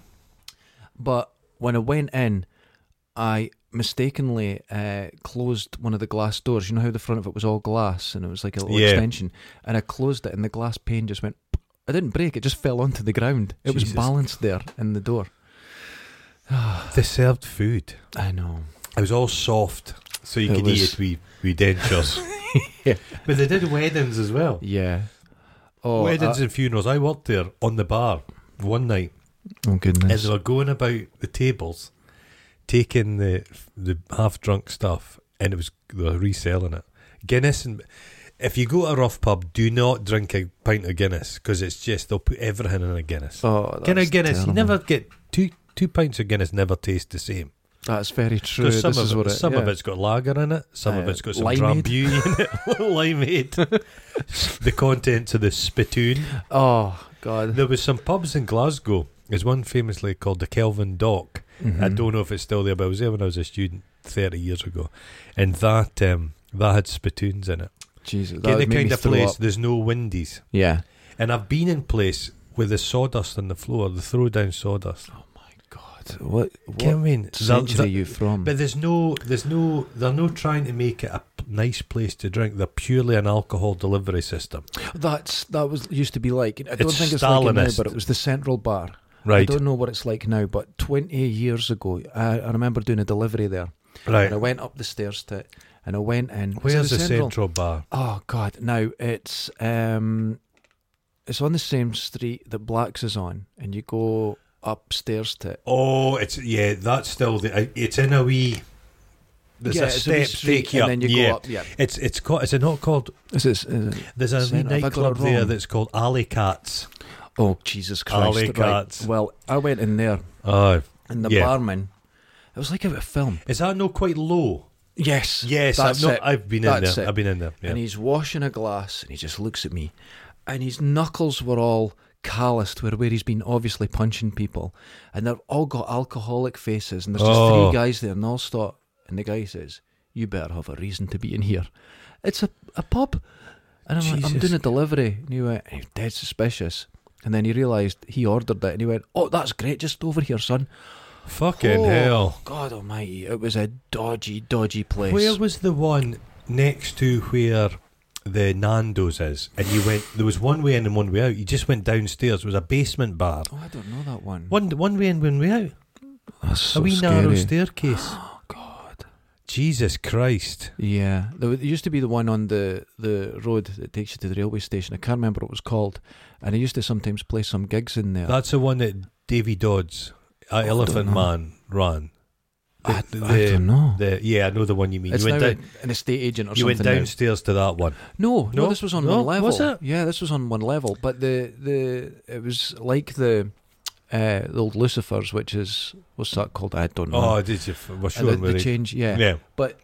S2: But when I went in, I mistakenly uh, closed one of the glass doors. You know how the front of it was all glass and it was like a little
S1: Yeah.
S2: extension? And I closed it and the glass pane just went, I didn't break, it just fell onto the ground. It was
S1: Jesus.
S2: balanced there in the door.
S1: They served food.
S2: I know.
S1: It was all soft, so you
S2: It
S1: could
S2: was-
S1: eat it with, with dentures.
S2: Yeah.
S1: But they did weddings as well.
S2: Yeah. Oh,
S1: weddings and funerals. I worked there on the bar one night
S2: I- oh
S1: as
S2: goodness.
S1: they were going about the tables, taking the the half drunk stuff, and it was they were reselling it. Guinness and if you go to a rough pub, do not drink a pint of Guinness because it's just they'll put everything in a Guinness.
S2: Oh,
S1: Can I
S2: that's
S1: Guinness?
S2: terrible.
S1: You never get two two pints of Guinness. Never taste the same.
S2: That's very true.
S1: Because some,
S2: this is
S1: of,
S2: what
S1: it,
S2: it,
S1: some
S2: yeah.
S1: of it's got lager in it, some of
S2: Uh,
S1: it's got some
S2: limeade.
S1: drambuie in it, limeade. the contents of the spittoon.
S2: Oh God.
S1: There was some pubs in Glasgow. There's one famously called the Kelvin Dock. I
S2: Mhm.
S1: don't know if it's still there, but I was there when I was a student 30 years ago, and that um, that had spittoons in it.
S2: Jesus. That
S1: Get the
S2: would make
S1: kind
S2: me
S1: of
S2: throw
S1: place
S2: up.
S1: there's no windies,
S2: Yeah.
S1: and I've been in place with the sawdust on the floor, the throw down sawdust.
S2: God. What? What
S1: Oh Can I mean? They're-
S2: century
S1: they're-
S2: are you from?
S1: But there's no, there's no, they're no trying to make it a p- nice place to drink. They're purely an alcohol delivery system,
S2: That's that was used to be like. I don't
S1: It's
S2: think it's like it now,
S1: Stalinist.
S2: but it was the Central Bar. I
S1: right?
S2: don't know what it's like now, but 20 years ago, I, I remember doing a delivery there,
S1: Right.
S2: and I went up the stairs to it, and I went in. It's in
S1: Where's the central? bar?
S2: Oh God! Now it's um, it's on the same street that Blacks is on, and you go upstairs to it.
S1: Oh, it's yeah, that's still the. I- It's in a wee. There's
S2: yeah,
S1: a
S2: it's
S1: step
S2: wee
S1: take
S2: street,
S1: you
S2: and
S1: up.
S2: then you
S1: yeah.
S2: go up. Yeah,
S1: It's it's called. Is it not called?
S2: this is. uh, is it-
S1: There's a wee
S2: Centre. Have I got it
S1: nightclub there
S2: wrong?
S1: that's called Alley Cats.
S2: oh Jesus Christ!
S1: Alley
S2: Right.
S1: cats.
S2: Well, I went in there,
S1: Oh,
S2: and the
S1: Yeah.
S2: barman. It was like a film.
S1: is that not quite low?
S2: Yes.
S1: Yes,
S2: that's
S1: I've not.
S2: it.
S1: I've been in
S2: That's
S1: there.
S2: it.
S1: I've been in there. Yeah.
S2: And he's washing a glass and he just looks at me. And his knuckles were all calloused where, where he's been obviously punching people. And they've all got alcoholic faces. And there's just
S1: Oh.
S2: three guys there and they all stop. And the guy says, You better have a reason to be in here. It's a, a pub. And I'm like, I'm
S1: Jesus.
S2: doing a delivery. And he went, and he was dead suspicious. And then he realised he ordered it and he went, Oh, that's great. Just over here, son.
S1: Fucking
S2: oh,
S1: hell!
S2: God almighty. It was a dodgy, dodgy place.
S1: Where was the one next to where the Nando's is? And you went. There was one way in and one way out. You just went downstairs. It was a basement bar.
S2: Oh, I don't know that one.
S1: One one way in, one way out.
S2: That's so
S1: a wee
S2: scary.
S1: narrow staircase.
S2: God.
S1: Jesus Christ!
S2: Yeah, there was- there used to be the one on the the road that takes you to the railway station. I can't remember what it was called, and I used to sometimes play some gigs in there.
S1: That's the one that Davy Dodds, uh,
S2: Oh, don't
S1: Elephant
S2: know.
S1: Man, ran.
S2: I,
S1: the-
S2: I
S1: the-
S2: don't know.
S1: The, yeah, I know the one you mean.
S2: it's
S1: you
S2: now
S1: went, down,
S2: a- an estate agent or
S1: you went
S2: something. now.
S1: downstairs to that one.
S2: No, no,
S1: No?
S2: this was on
S1: No?
S2: one level.
S1: Was it?
S2: Yeah, this was on one level. But the the it was like the uh, the old Lucifers, which is what's that called? I don't know.
S1: Oh, did you? f- We're
S2: And
S1: sure
S2: Uh, the, the
S1: we're
S2: change, yeah.
S1: yeah.
S2: But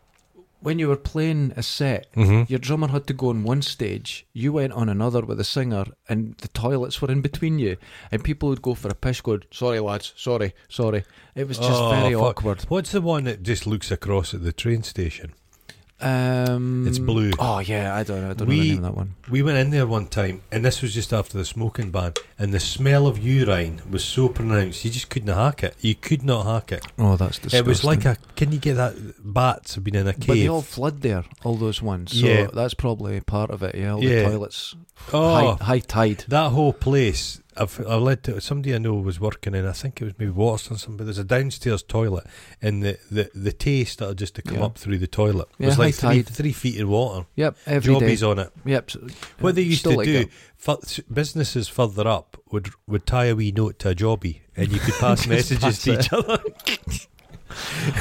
S2: when you were playing a set,
S1: Mhm.
S2: your drummer had to go on one stage, you went on another with a singer, and the toilets were in between you, and people would go for a pish, going, "Sorry lads, sorry, sorry." It was just
S1: Oh,
S2: very
S1: fuck.
S2: awkward.
S1: What's the one that just looks across at the train station?
S2: Um,
S1: It's blue.
S2: Oh yeah, I don't know. I don't know the
S1: We-
S2: name of that one.
S1: We went in there one time, and this was just after the smoking ban, and the smell of urine was so pronounced, you just couldn't hack it. You could not hack it.
S2: Oh, that's disgusting.
S1: It was like a. Can you get that? Bats have been in a cave.
S2: But they all flood there, all those ones. So
S1: Yeah.
S2: that's probably part of it. Yeah, all
S1: Yeah.
S2: the toilets.
S1: oh,
S2: High, high tide.
S1: that whole place. I've, I led to somebody I know was working in. I think it was maybe Waterstones. or something. But there's a downstairs toilet, and the the, the taste that just to come
S2: Yeah.
S1: up through the toilet
S2: Yeah,
S1: was like
S2: high
S1: three,
S2: tide.
S1: three feet in water.
S2: Yep, every day.
S1: Jobbies on it.
S2: Yep. so-
S1: What they
S2: uh,
S1: used
S2: still
S1: to
S2: like
S1: do,
S2: that.
S1: fu- s- businesses further up would would tie a wee note to a jobby, and you could pass
S2: Just
S1: messages
S2: pass
S1: to
S2: it.
S1: each other.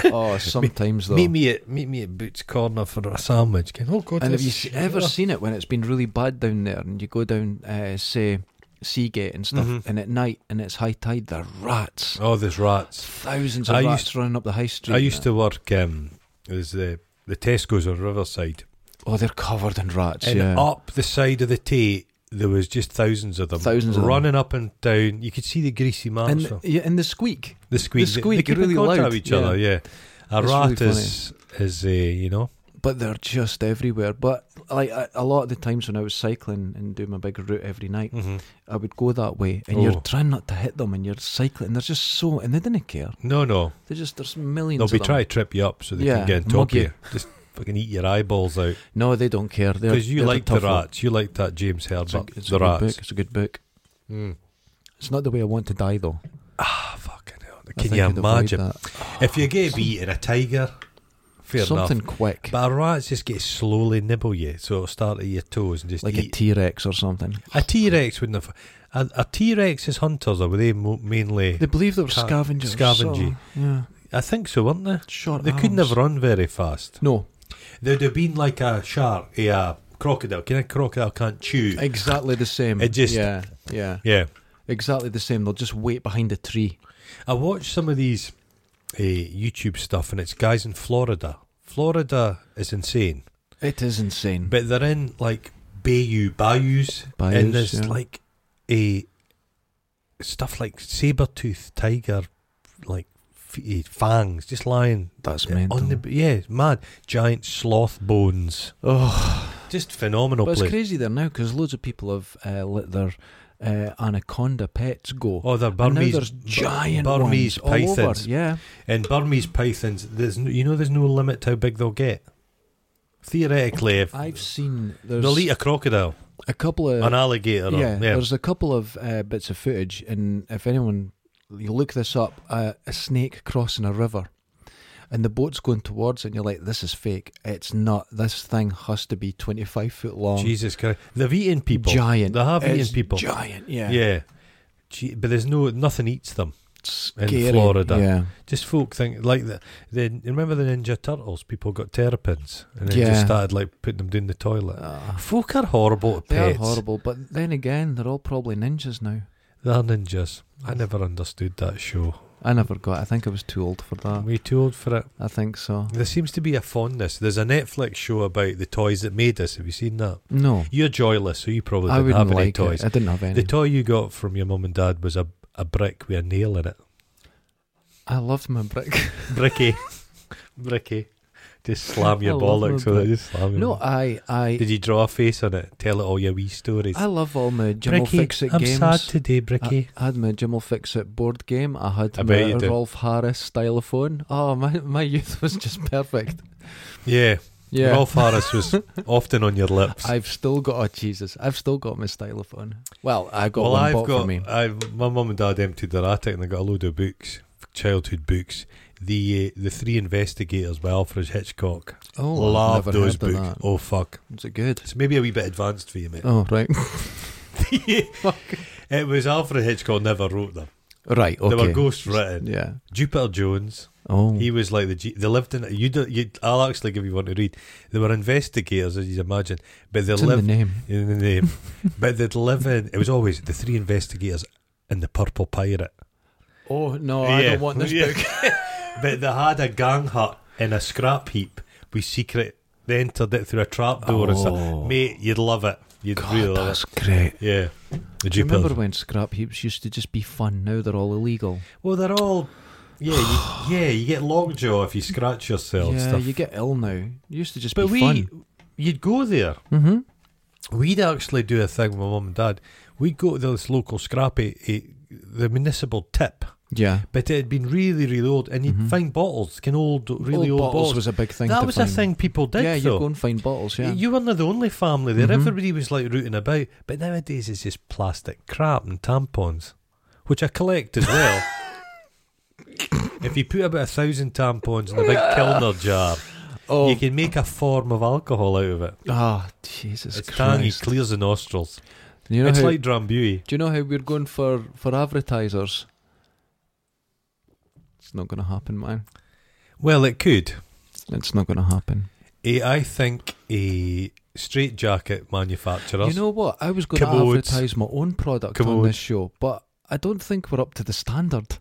S2: Oh, sometimes though.
S1: Meet me at meet me at Boots Corner for a sandwich. Can oh god,
S2: and have
S1: this
S2: you
S1: is
S2: s-
S1: shit.
S2: ever seen it when it's been really bad down there, and you go down, uh, say, Seagate and stuff,
S1: Mhm.
S2: and at night, and it's high tide, there are rats,
S1: Oh, there's rats.
S2: thousands of
S1: I
S2: rats running up the high street.
S1: I used to work. Um, there's the the Tesco's on Riverside,
S2: Oh, they're covered in rats.
S1: and oh,
S2: yeah.
S1: up the side of the Tate, there was just thousands of them,
S2: Thousands of them.
S1: running up and down. You could see the greasy marks,
S2: and
S1: of
S2: yeah, and the squeak.
S1: the squeak. They-
S2: squeak,
S1: they keep in
S2: really
S1: contact
S2: loud,
S1: with each
S2: yeah.
S1: other. Yeah, a
S2: It's
S1: rat
S2: really
S1: is is uh, you know.
S2: but they're just everywhere. But like a, a lot of the times when I was cycling and doing my big route every night,
S1: hmm
S2: I would go that way, and
S1: Oh.
S2: you're trying not to hit them, and you're cycling, and there's just so, and they didn't care.
S1: No, no,
S2: They just there's 1000000s
S1: They'll
S2: of
S1: be
S2: them.
S1: trying to trip you up so they
S2: Yeah,
S1: can get on
S2: mug
S1: top of
S2: you.
S1: you. Just fucking eat your eyeballs out.
S2: No, they don't care. They're-
S1: Because you
S2: they're
S1: like the
S2: tough lot.
S1: rats. You like that James
S2: It's a,
S1: Herbert.
S2: it's a
S1: the
S2: good book.
S1: rats.
S2: It's a good book.
S1: Mm.
S2: It's not the way I want to die though.
S1: Ah, fucking hell.
S2: I
S1: Can
S2: think
S1: you
S2: I'd avoid
S1: imagine?
S2: that.
S1: If you get beat in a tiger, fair
S2: something
S1: enough.
S2: quick,
S1: But a rat just gets slowly nibble you, so it'll start at your toes and just
S2: like a
S1: eat.
S2: T Rex or something?
S1: A T Rex wouldn't have. A, a T Rex is hunters, or were they mo- mainly?
S2: They believe they were
S1: Ca-
S2: scavengers.
S1: scavengy.
S2: so, yeah,
S1: I think so, weren't they?
S2: short.
S1: They couldn't
S2: arms.
S1: have run very fast.
S2: No,
S1: They'd have been like a shark, a, uh, crocodile. Can a crocodile can't chew?
S2: exactly the same.
S1: It just-
S2: yeah, yeah,
S1: yeah.
S2: exactly the same. They'll just wait behind a tree.
S1: I watch some of these uh, YouTube stuff, and it's guys in Florida. Florida is insane,
S2: It is insane.
S1: but they're in like bayou bayous,
S2: Bayous,
S1: and there's
S2: yeah.
S1: like a stuff like saber tooth tiger, like f- eh, fangs, just lying
S2: That's
S1: eh,
S2: mental.
S1: on the yeah, it's mad giant sloth bones,
S2: oh,
S1: just phenomenal
S2: but it's
S1: place.
S2: crazy there now because loads of people have uh, let their uh, anaconda pets go.
S1: Oh, they're
S2: and now
S1: Burmese,
S2: there's
S1: Bu-
S2: giant
S1: Burmese
S2: ones
S1: pythons,
S2: all over. Yeah,
S1: and Burmese pythons. There's no, you know, there's no limit to how big they'll get. Theoretically, if
S2: I've seen. There's
S1: they'll eat a crocodile.
S2: a couple of
S1: an alligator. or-
S2: yeah,
S1: Yeah,
S2: There's a couple of uh, bits of footage, and if anyone you look this up, uh, a snake crossing a river, and the boat's going towards it, and you're like, "This is fake. It's not. This thing has to be 25 foot long,
S1: Jesus Christ, they've eaten people.
S2: giant.
S1: They have
S2: It's
S1: eaten people.
S2: Giant. Yeah.
S1: yeah. Gee, but there's no nothing eats them.
S2: Scary.
S1: Florida.
S2: Yeah.
S1: Just folk think like the, the remember the Ninja Turtles? People got terrapins and then just
S2: Yeah.
S1: started like putting them down the toilet.
S2: Ah,
S1: Folk are horrible at
S2: they are
S1: pets.
S2: horrible, but then again, they're all probably ninjas now.
S1: They're ninjas. I never understood that show.
S2: I never got. I think I was too old for that.
S1: Way too old for it.
S2: I think so.
S1: There seems to be a fondness. There's a Netflix show about the toys that made us. Have you seen that?
S2: No,
S1: You're joyless, so you probably
S2: I
S1: didn't
S2: wouldn't
S1: have any
S2: like
S1: toys.
S2: it. I didn't have any.
S1: The toy you got from your mum and dad was a, a brick with a nail in it.
S2: I loved my brick.
S1: Bricky. Bricky. Just slam
S2: I
S1: your
S2: love my
S1: bollocks with it.
S2: brick.
S1: Just slam your
S2: No,
S1: bollocks.
S2: I, I,
S1: Did you draw a face on it? Tell it all your wee stories.
S2: I love all my Jim'll Fix It
S1: I'm
S2: games. Uh,
S1: sad today, Bricky.
S2: I, I had my Jim'll Fix It board game. I had
S1: I bet
S2: my
S1: you do.
S2: Rolf Harris stylophone. Oh, my, my youth was just perfect.
S1: yeah.
S2: Yeah,
S1: Rolf Harris was often on your lips.
S2: I've still got oh Jesus, I've still got my stylophone. Well, I got
S1: well,
S2: one
S1: I've
S2: bought
S1: got.
S2: for me.
S1: I've, my mum and dad emptied their attic and they got a load of books, childhood books. The uh, the Three Investigators by Alfred Hitchcock.
S2: Oh,
S1: Love
S2: I've never
S1: those
S2: heard of
S1: books.
S2: that.
S1: Oh fuck!
S2: Is it good?
S1: It's maybe a wee bit advanced for you, mate.
S2: Oh right, Oh,
S1: it was Alfred Hitchcock never wrote them.
S2: right. Okay.
S1: They were ghost written.
S2: Yeah.
S1: Jupiter Jones.
S2: Oh.
S1: He was like the. G- They lived in. You. do- you I'll actually give you one to read. They were investigators, as you'd imagine, but they
S2: it's in the
S1: lived
S2: name.
S1: in the name. but they'd live in. It was always the three investigators and the purple pirate.
S2: Oh no, I
S1: Yeah.
S2: don't want this
S1: Yeah.
S2: book.
S1: But they had a gang hut in a scrap heap we secret they entered it through a trap door and
S2: Oh.
S1: stuff. Mate, you'd love it. You'd
S2: God,
S1: really love
S2: that's great.
S1: it. Yeah. The
S2: Do you
S1: uh, Jupiter.
S2: remember when scrap heaps used to just be fun? Now they're all illegal.
S1: Well, they're all. Yeah, you, yeah. You get lockjaw if you scratch yourself. and
S2: yeah,
S1: stuff.
S2: you get ill now. It used to just
S1: but
S2: be
S1: we,
S2: fun.
S1: you'd go there.
S2: Mm-hmm.
S1: We'd actually do a thing with my mum and dad. We'd go to this local scrappy, eh, the municipal tip,
S2: Yeah.
S1: but it had been really, really old, and you'd
S2: Mhm.
S1: find bottles, kind of old, really
S2: Old
S1: old,
S2: bottles, was a big thing.
S1: that
S2: to
S1: was
S2: find.
S1: a thing people did.
S2: Yeah,
S1: though.
S2: you go and find bottles. Yeah.
S1: You weren't the only family there.
S2: Mhm.
S1: Everybody was like rooting about. But nowadays it's just plastic crap and tampons, which I collect as well. if you put about a thousand tampons in a big Kilner jar,
S2: oh,
S1: you can make a form of alcohol out of it.
S2: Ah, Jesus
S1: It's tangy,
S2: Christ!
S1: clears the nostrils.
S2: You know
S1: it's
S2: how,
S1: like Drambuie.
S2: do you know how we're going for for advertisers? It's not going to happen, man.
S1: Well, it could.
S2: It's not going to happen.
S1: Eh, I think a straight jacket manufacturer.
S2: You know what? I was going
S1: Commodes.
S2: to advertise my own product on
S1: Commodes.
S2: this show, but I don't think we're up to the standard.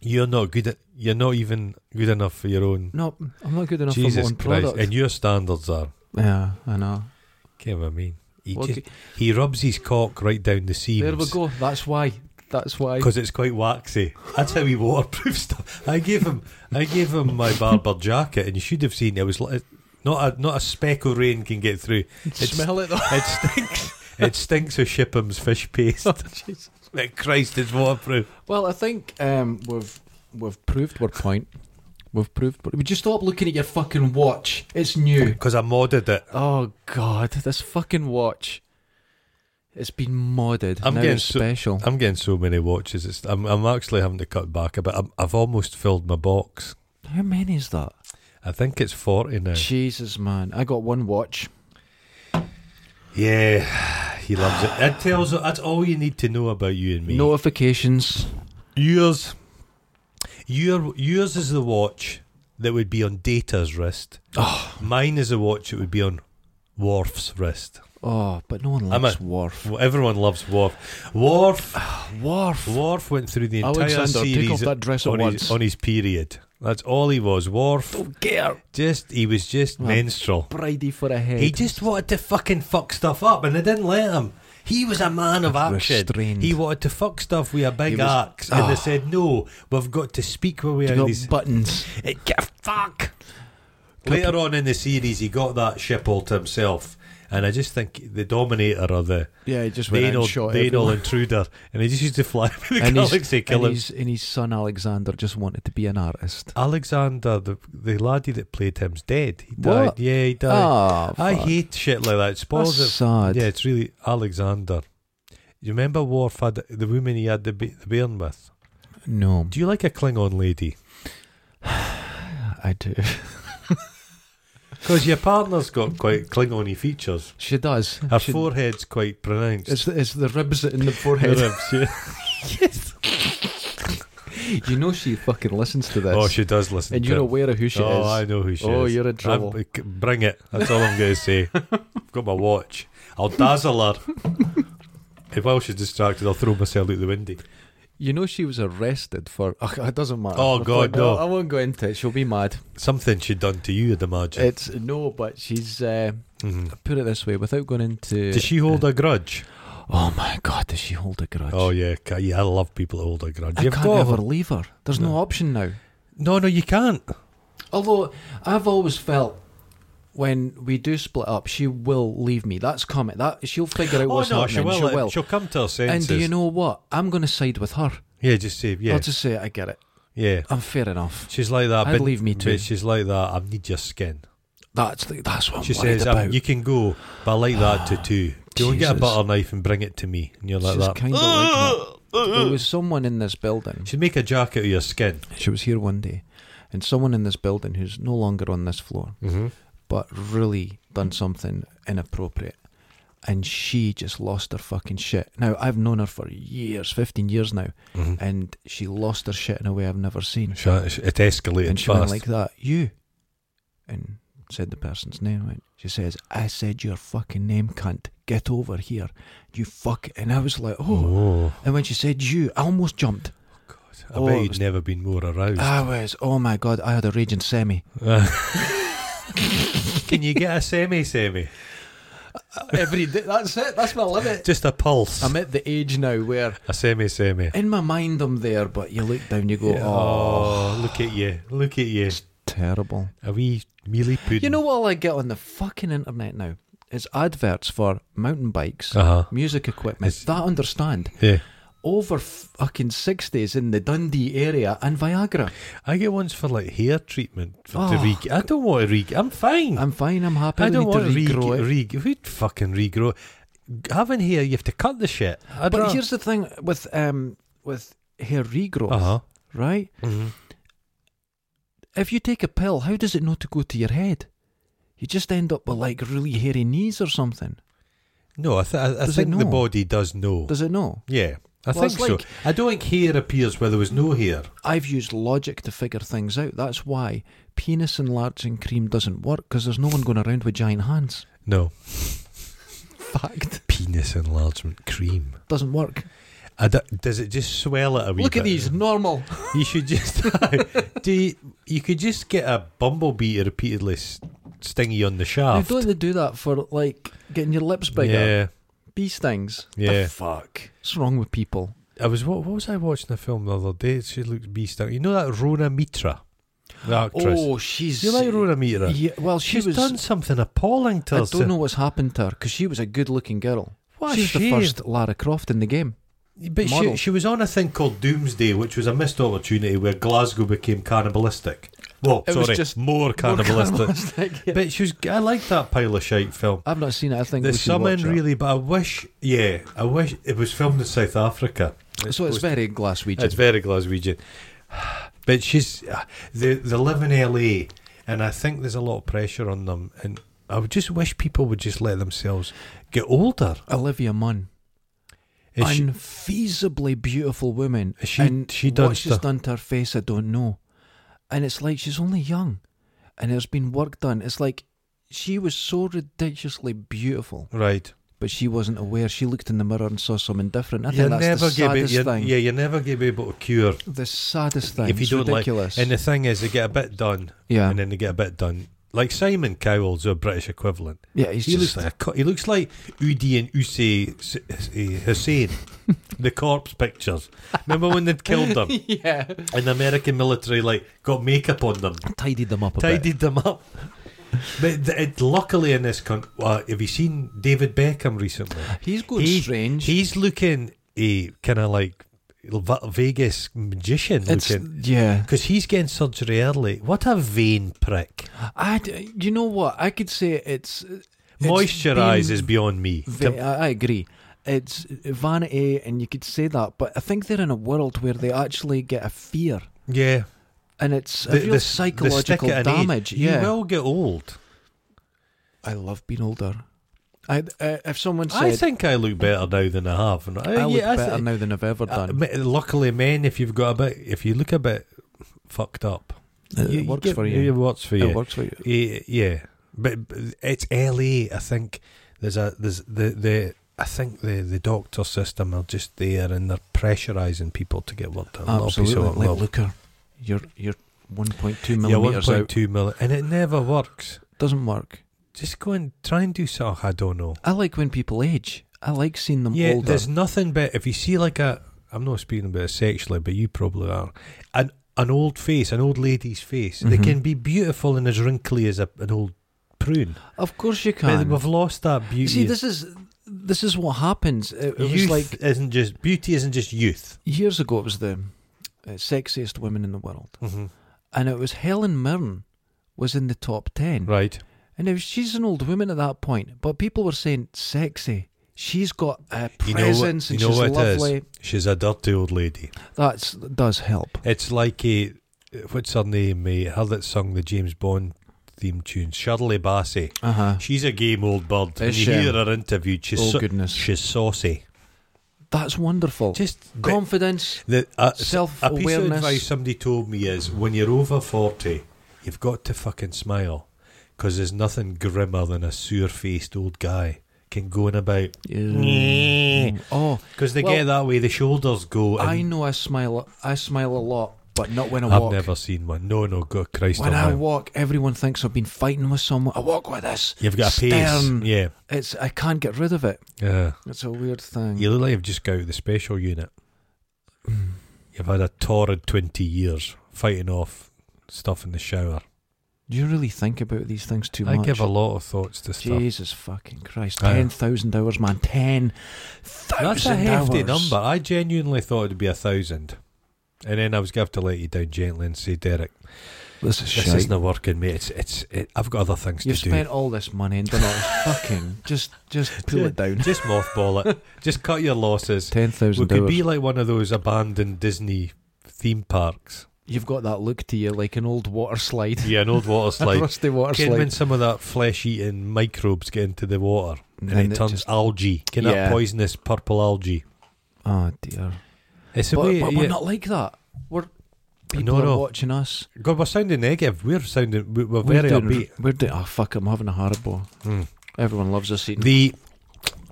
S1: you're not good at. You're not even good enough for your own.
S2: No, I'm not good enough for my
S1: Jesus
S2: own
S1: Christ!
S2: product.
S1: And your standards are.
S2: yeah, I know.
S1: Give I mean. He,
S2: Well,
S1: just-
S2: g-
S1: he rubs his cock right down the
S2: there we
S1: seams
S2: go. That's why. That's why.
S1: because it's quite waxy. That's how he waterproof stuff. I gave him, I gave him my barber jacket, and you should have seen it was like not a not a speck of rain can get through.
S2: Smell it though.
S1: It stinks. it stinks of Shipham's fish paste.
S2: Jesus.
S1: Like, Christ, it's waterproof.
S2: Well, I think um, we've we've proved our point. We've proved. Would you stop looking at your fucking watch? It's new.
S1: Because I modded it.
S2: Oh God, this fucking watch. It's been modded.
S1: I'm
S2: now
S1: getting
S2: it's
S1: so-
S2: special.
S1: I'm getting so many watches. It's, I'm, I'm actually having to cut back a bit. I'm, I've almost filled my box.
S2: How many is that?
S1: I think it's forty
S2: Uh,
S1: now.
S2: Jesus, man! I got one watch.
S1: Yeah, he loves it. That tells that's all you need to know about you and me.
S2: Notifications.
S1: yours, your yours is the watch that would be on Data's wrist.
S2: Ah.
S1: Mine is a watch that would be on Worf's wrist.
S2: Oh, but no one
S1: I'm
S2: likes
S1: a-
S2: Worf.
S1: Well, Everyone loves Worf. Worf,
S2: Worf.
S1: Worf went through the entire
S2: Alexander, take
S1: series
S2: off that dress at
S1: on,
S2: once.
S1: his, on his period. That's all he was. Worf,
S2: Don't get her
S1: just he was just
S2: Well,
S1: menstrual.
S2: bridey for a head.
S1: He just wanted to fucking fuck stuff up, and they didn't let him. He was a man of action.
S2: Restrained.
S1: He wanted to fuck stuff with a big
S2: He was- Ah.
S1: axe, and they said, "No, we've got to speak with we
S2: You
S1: are
S2: got
S1: these."
S2: buttons.
S1: It get fuck. Later on in the series, he got that ship all to himself, and I just think the Dominator or the
S2: Yeah, he just
S1: the
S2: went
S1: anal,
S2: and shot
S1: the anal
S2: everyone.
S1: intruder, and he just used to fly with the
S2: his-
S1: galaxy, kill
S2: and
S1: him.
S2: his- and his son Alexander just wanted to be an artist.
S1: Alexander, the the laddie that played him's dead. He died.
S2: What?
S1: Yeah, he died.
S2: Ah,
S1: I
S2: fuck.
S1: hate shit like that. It spoils
S2: That's
S1: it.
S2: sad.
S1: Yeah, it's really Alexander. You remember Worf had the woman he had the, ba- the bairn with?
S2: No,
S1: Do you like a Klingon lady?
S2: I do.
S1: Because your partner's got quite Klingon y features.
S2: She does.
S1: Her
S2: She-
S1: forehead's quite pronounced.
S2: It's the, it's the ribs in
S1: Her
S2: the forehead.
S1: ribs, yeah.
S2: you know she fucking listens to this.
S1: Oh, she does listen
S2: and
S1: to
S2: you're
S1: it.
S2: aware of who she
S1: oh,
S2: is.
S1: I know who she
S2: Oh,
S1: is.
S2: you're
S1: I'm-
S2: in trouble.
S1: c- bring it. That's all I'm going to say. I've got my watch. I'll dazzle her. if while she's distracted, I'll throw myself out the window.
S2: You know she was arrested for. Oh, it doesn't matter.
S1: Oh,
S2: I
S1: God,
S2: won't-
S1: no.
S2: I won't go into it. She'll be mad.
S1: Something she'd done to you, I'd imagine.
S2: It's no, but she's. Uh,
S1: Mhm.
S2: put it this way, without going into.
S1: Does she hold a grudge?
S2: Oh my God! Does she hold a grudge?
S1: Oh yeah, ca- yeah. I love people that hold a grudge.
S2: I
S1: You've
S2: can't
S1: got-
S2: ever leave her. There's no option now.
S1: No, no, you can't.
S2: Although I've always felt when we do split up, she will leave me. That's coming. That she'll figure out
S1: Oh
S2: what's
S1: no,
S2: happening.
S1: she will.
S2: She will.
S1: She'll come to her
S2: and
S1: senses.
S2: do you know what? I'm going to side with her.
S1: yeah, just say yeah,
S2: I'll just say I get it.
S1: yeah.
S2: I'm fair enough.
S1: She's like that.
S2: I'd
S1: but,
S2: leave me
S1: but
S2: too.
S1: she's like that. I need your skin.
S2: That's the, that's what I'm
S1: She
S2: worried
S1: says, um,
S2: about. Ah,
S1: "You can go, but I like that tattoo. Go and get a
S2: Jesus.
S1: butter knife and bring it to me." And you're like
S2: She's
S1: that.
S2: kind of like that. There was someone in this building.
S1: She'd make a jacket of your skin.
S2: She was here one day, and someone in this building who's no longer on this floor,
S1: Mm-hmm.
S2: but really done something inappropriate. And she just lost her fucking shit. Now, I've known her for years, 15 years now, and she lost her shit in a way I've never seen.
S1: It escalated
S2: and she
S1: fast.
S2: went like that, you. And said the person's name. Right? She says, I said your fucking name, cunt. Get over here. You fuck. And I was like, oh.
S1: oh,
S2: And when she said you, I almost jumped.
S1: I
S2: Oh,
S1: bet
S2: it
S1: you'd
S2: was-
S1: never been more aroused.
S2: I was, oh my God, I had a raging semi.
S1: Can you get a semi semi?
S2: Every day. That's it. That's my limit.
S1: Just a pulse.
S2: I'm at the age now where
S1: a semi semi.
S2: in my mind I'm there, but you look down, you go, oh,
S1: Oh, look at you. Look at you.
S2: it's terrible.
S1: A wee mealy pudding.
S2: You know what all I get on the fucking internet now? Is adverts for mountain bikes,
S1: Uh huh.
S2: music equipment.
S1: It's-
S2: that I understand.
S1: Yeah.
S2: Over fucking 60s in the Dundee area and Viagra.
S1: I get ones for like hair treatment for to
S2: Oh,
S1: re- I don't want to re. I'm fine.
S2: I'm fine, I'm
S1: Hmm.
S2: happy.
S1: I
S2: we
S1: don't
S2: need
S1: want
S2: to regrow it.
S1: re- re- Who'd fucking regrow? Having hair, you have to cut the shit. I
S2: But here's the thing with um with hair regrowth,
S1: uh huh.
S2: right?
S1: Mm-hmm.
S2: If you take a pill, how does it know to go to your head? You just end up with like really hairy knees or something.
S1: No, I, th- I, I
S2: Does it
S1: think the
S2: know?
S1: body does know.
S2: Does it know?
S1: yeah, I
S2: Well,
S1: think
S2: it's
S1: so.
S2: like-
S1: I don't think hair appears where there was no hair.
S2: I've used logic to figure things out. That's why penis enlarging cream doesn't work because there's no one going around with giant hands.
S1: No,
S2: Fact.
S1: penis enlargement cream.
S2: Doesn't work.
S1: I d- does it just swell it a wee
S2: Look
S1: bit?
S2: at these normal.
S1: You should just do. You, you could just get a bumblebee to repeatedly s- sting you on the
S2: Now,
S1: shaft.
S2: don't they do that for like getting your lips bigger?
S1: yeah,
S2: Bee stings.
S1: Yeah.
S2: The fuck. What's wrong with people?
S1: I was. What, what was I watching a film the other day? She looked beast out. You know that Rona Mitra, the actress.
S2: Oh, she's.
S1: you like Rona Mitra?
S2: Yeah, well, she
S1: She's
S2: was.
S1: done something appalling to
S2: I
S1: herself.
S2: don't know what's happened to her because she was a good-looking girl.
S1: What a
S2: she was the
S1: shame.
S2: first Lara Croft in the game.
S1: But she,
S2: model.
S1: she was on a thing called Doomsday, which was a missed opportunity where Glasgow became cannibalistic. Well,
S2: It was
S1: sorry,
S2: just
S1: more cannibalistic.
S2: Cannibalistic, yeah.
S1: But she was. I liked that pile of shite film.
S2: I've not seen it. I think
S1: The
S2: we should
S1: summon
S2: watch that.
S1: really, but I wish. Yeah, I wish it was filmed in South Africa.
S2: So it's
S1: supposed-
S2: very Glaswegian.
S1: It's very Glaswegian. But she's uh, they they live in LA, and I think there's a lot of pressure on them. And I would just wish people would just let themselves get older.
S2: Olivia Munn,
S1: Is she-
S2: unfeasibly beautiful woman.
S1: Is she-
S2: and
S1: she done
S2: what she's
S1: stuff-
S2: done to her face, I don't know. And it's like she's only young, and there's been work done. It's like she was so ridiculously beautiful,
S1: right.
S2: but she wasn't aware. She looked in the mirror and saw something different. I
S1: You're
S2: think that's
S1: never
S2: the
S1: gonna be,
S2: saddest
S1: you're-
S2: thing.
S1: yeah, you're never gonna be able to cure
S2: The saddest thing.
S1: if you
S2: It's
S1: don't
S2: ridiculous.
S1: like. And the thing is, they get a bit done,
S2: yeah,
S1: and then they get a bit done. Like Simon Cowell's a British equivalent.
S2: yeah. He's
S1: He
S2: just
S1: looks like a, co- he looks like Udi and Usay Hussein, the corpse pictures. Remember when they'd killed them?
S2: yeah.
S1: and the American military like got makeup on them,
S2: Tidied them up a bit.
S1: tidied them up. But th- it, luckily in this country, uh, have you seen David Beckham recently?
S2: He's going
S1: He-
S2: strange.
S1: He's looking a kind of like Va- Vegas magician
S2: it's
S1: looking
S2: yeah.
S1: because he's getting surgery early. What a vain prick!
S2: I d- you know what I could say it's it's
S1: Moisturize
S2: been
S1: is beyond me.
S2: va- I I agree. It's vanity, and you could say that, but I think they're in a world where they actually get a fear,
S1: yeah,
S2: and it's a
S1: The-
S2: real
S1: the- the stick
S2: psychological
S1: at an age.
S2: damage. Yeah,
S1: you will get old.
S2: I love being older. I uh, if someone said
S1: I think I look better now than I have. And
S2: I look
S1: yeah, I
S2: better
S1: thi-
S2: now than I've ever
S1: Uh,
S2: done,
S1: me- luckily, men, if you've got a bit, if you look a bit fucked up,
S2: it,
S1: you- you
S2: Uh, works
S1: get-
S2: for
S1: It
S2: you.
S1: works for
S2: It
S1: you.
S2: works for you.
S1: Y- yeah, but, but it's LA. I think there's a there's the the. I think the, the doctor system are just there and they're pressurising people to get worked out.
S2: Absolutely. Like, look her. You're you're 1.2
S1: yeah,
S2: millimeters out.
S1: 1.2 million. And it never works.
S2: Doesn't work.
S1: Just go and try and do something. I don't know.
S2: I like when people age. I like seeing them
S1: yeah,
S2: older.
S1: there's nothing better. If you see like a, I'm not speaking about it sexually, but you probably are, an an old face, an old lady's face. They
S2: Mhm.
S1: can be beautiful and as wrinkly as a, an old prune.
S2: Of course you
S1: But
S2: can.
S1: we've lost that beauty.
S2: You see, this is this is what happens. It, it was
S1: youth
S2: like
S1: isn't just beauty. Isn't just youth.
S2: years ago. It was the uh, sexiest women in the world,
S1: Mhm.
S2: and it was Helen Mirren was in the top ten.
S1: Right.
S2: And now she's an old woman at that point, but people were saying sexy. She's got a
S1: You know what-
S2: presence
S1: you know
S2: and
S1: what
S2: she's
S1: it is?
S2: lovely.
S1: She's a dirty old lady.
S2: That's does help.
S1: It's like a what's her name? eh, her that sung the James Bond theme tune, Shirley Bassey.
S2: Uh huh.
S1: She's a game old bird. When
S2: Is
S1: you
S2: she?
S1: hear her interviewed, she's
S2: Oh
S1: so-
S2: goodness,
S1: she's saucy.
S2: that's wonderful.
S1: Just but-
S2: Confidence.
S1: The, uh, s- a piece of
S2: Self-awareness.
S1: advice somebody told me is when you're over 40, you've got to fucking smile because there's nothing grimmer than a sore faced old guy can going about.
S2: Yeah. Oh,
S1: Because they
S2: Well,
S1: get that way, the shoulders go. And
S2: I know I smile. I smile a lot but not when I
S1: um, I've
S2: walk.
S1: never seen one. No, no, God Christ
S2: when I
S1: almighty.
S2: walk, everyone thinks I've been fighting with someone. I walk with this.
S1: You've got a pace.
S2: stern.
S1: Yeah.
S2: It's I can't get rid of it.
S1: Yeah.
S2: It's a weird thing.
S1: You look like you've just got out of the special unit.
S2: Hmm.
S1: You've had a torrid 20 years fighting off stuff in the shower.
S2: Do you really think about these things too
S1: I
S2: much?
S1: give a lot of thoughts to stuff.
S2: Jesus fucking Christ!
S1: Aye.
S2: Ten thousand hours, man. Ten thousand.
S1: That's a hefty
S2: hours.
S1: number. I genuinely thought it'd be a thousand. And then I was going to have to let you down gently and say, Derek,
S2: This is
S1: this
S2: shite.
S1: isn't working, mate. It's, it's, it, I've got other things
S2: You've
S1: to do.
S2: spent all this money and done all this fucking. Just, just pull it down.
S1: Just mothball it. Just cut your losses.
S2: Ten
S1: We
S2: thousand
S1: could
S2: hours.
S1: be like one of those abandoned Disney theme parks.
S2: You've got that look to you like an old water slide,
S1: Yeah, an old water
S2: a
S1: slide.
S2: rusty water
S1: Can when
S2: slide.
S1: some of that flesh-eating microbes get into the water and,
S2: then
S1: it
S2: it
S1: turns
S2: just-
S1: algae? Can
S2: Yeah.
S1: that poisonous purple algae?
S2: Oh dear.
S1: It's a
S2: But,
S1: way.
S2: but we're
S1: yeah.
S2: not like that. We're people
S1: No,
S2: are
S1: no.
S2: watching us.
S1: God, we're sounding negative. We're sounding. we- We're very
S2: doing,
S1: upbeat.
S2: We're doing. Oh fuck! I'm having a haribo.
S1: Mm.
S2: Everyone loves us eating.
S1: The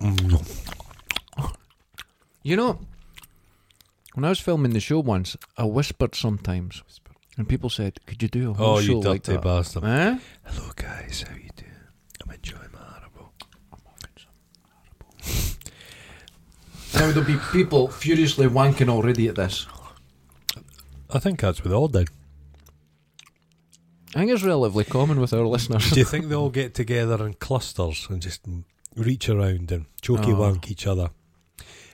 S1: Mm.
S2: You know, when I was filming the show once, I whispered sometimes, and people said, "Could you do a whole
S1: oh,
S2: show
S1: you
S2: like
S1: dirty
S2: that?"
S1: bastard!
S2: Eh?
S1: Hello, guys. How you doing? I'm enjoying my arable.
S2: Now there'll be people furiously wanking already at this.
S1: I think that's with all done.
S2: I think it's relatively common with our listeners.
S1: Do you think they all get together in clusters and just m- reach around and chokey
S2: Oh.
S1: wank each other?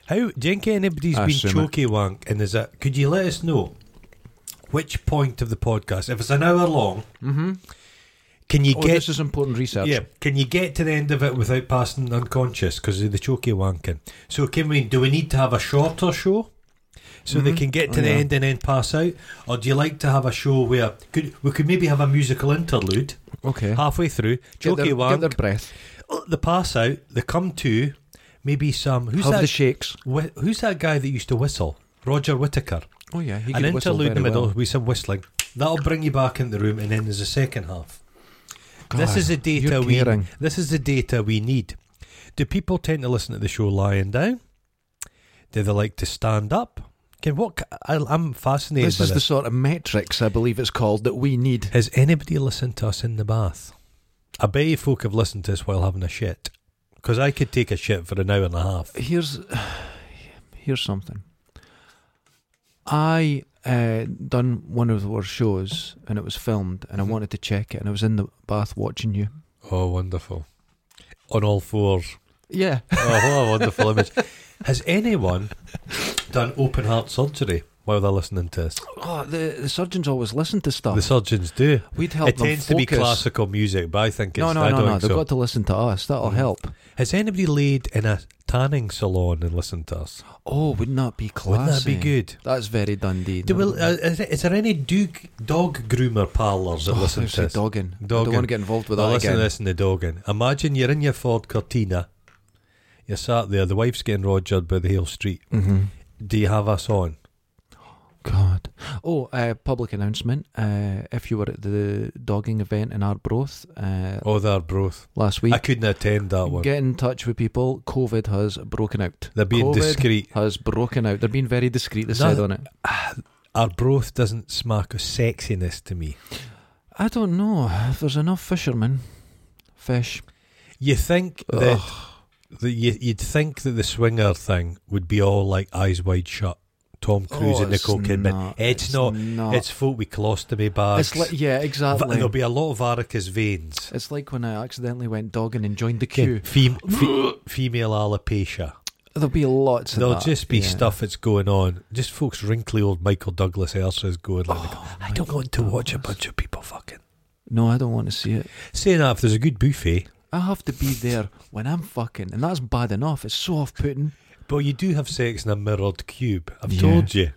S1: How do you think anybody's
S2: I
S1: been
S2: assume it.
S1: chokey wank? And is that? Could you let us know which point of the podcast? If it's an hour long,
S2: mm-hmm.
S1: can you
S2: Oh,
S1: get?
S2: this is important research.
S1: Yeah, can you get to the end of it without passing unconscious because of the chokey wanking? So can we? Do we need to have a shorter show? So they can get to
S2: Oh,
S1: the
S2: yeah.
S1: end and then pass out, or do you like to have a show where could we could maybe have a musical interlude
S2: Okay.
S1: halfway through?
S2: Get
S1: Chokey
S2: their,
S1: wank,
S2: get their breath.
S1: Oh, the pass out, the come to, maybe some. Who's
S2: Have
S1: that?
S2: the shakes.
S1: whi- who's that guy that used to whistle? Roger Whittaker.
S2: Oh yeah, he
S1: An
S2: can whistle
S1: interlude in the
S2: very
S1: middle
S2: well.
S1: with some whistling. That'll bring you back in the room, and then there's a second half. this
S2: God,
S1: is the data
S2: you're
S1: we.
S2: caring.
S1: This is the data we need. Do people tend to listen to the show lying down? Do they like to stand up? Can what? ki- I, I'm fascinated
S2: This
S1: by
S2: is the
S1: this.
S2: sort of metrics I believe it's called that we need.
S1: Has anybody listened to us in the bath? I bet you folk have listened to us while having a shit. Because I could take a shit for an hour and a half.
S2: Here's here's something. I uh, done one of our shows and it was filmed and I
S1: Mm-hmm.
S2: wanted to check it and I was in the bath watching you.
S1: Oh, wonderful. On all fours.
S2: Yeah.
S1: Oh, what a wonderful image. Has anyone done open heart surgery while they're listening to us?
S2: Oh, the, the surgeons always listen to stuff.
S1: The surgeons do.
S2: We'd help
S1: it
S2: them
S1: tends
S2: focus.
S1: to be classical music, but I think it's.
S2: No, no,
S1: I
S2: no,
S1: don't
S2: no.
S1: think
S2: They've
S1: so.
S2: got to listen to us. That'll
S1: Mm.
S2: help.
S1: Has anybody laid in a tanning salon and listened to us?
S2: Oh, wouldn't that be classy?
S1: Wouldn't that be good?
S2: That's very Dundee.
S1: Do we,
S2: no.
S1: uh, is, there- is there any dog, dog groomer parlours that
S2: oh,
S1: listen
S2: I
S1: to
S2: say
S1: us?
S2: dogging. I don't
S1: Dogging.
S2: want to get involved with
S1: Now
S2: that
S1: listen
S2: again.
S1: to this in the dogging. Imagine you're in your Ford Cortina. You're sat there. The wife's getting rogered by the Hill Street.
S2: Mm-hmm.
S1: Do you have us on?
S2: God. Oh, uh, public announcement. Uh, if you were at the dogging event in Arbroath uh,
S1: Oh, they're broth.
S2: last
S1: I
S2: week,
S1: couldn't attend that one.
S2: get in touch with people. COVID has broken out.
S1: They're being
S2: COVID
S1: discreet.
S2: Has broken out. They're being very discreet.
S1: No,
S2: They said on it.
S1: Our broth doesn't smack of sexiness to me.
S2: I don't know if there's enough fishermen. Fish.
S1: You think that, that you, you'd think that the swinger thing would be all like eyes wide shut, Tom Cruise
S2: Oh,
S1: and Nicole
S2: it's
S1: Kidman.
S2: not,
S1: it's,
S2: it's
S1: not.
S2: not.
S1: It's folk with colostomy bags.
S2: It's like yeah,
S1: Va-
S2: exactly.
S1: There'll be a lot of varicose veins.
S2: It's like when I accidentally went dogging and joined the
S1: Okay,
S2: queue.
S1: fem- fe- female alopecia.
S2: There'll be lots of
S1: There'll
S2: that,
S1: just be
S2: yeah.
S1: stuff that's going on. Just folks, wrinkly old Michael Douglas is going
S2: Oh
S1: like, I don't want to watch a bunch of people fucking.
S2: No, I don't want to see it.
S1: Saying that, if there's a good buffet,
S2: I have to be there when I'm fucking, and that's bad enough. It's so off-putting.
S1: but you do have sex in a mirrored cube. I've
S2: Yeah.
S1: told you.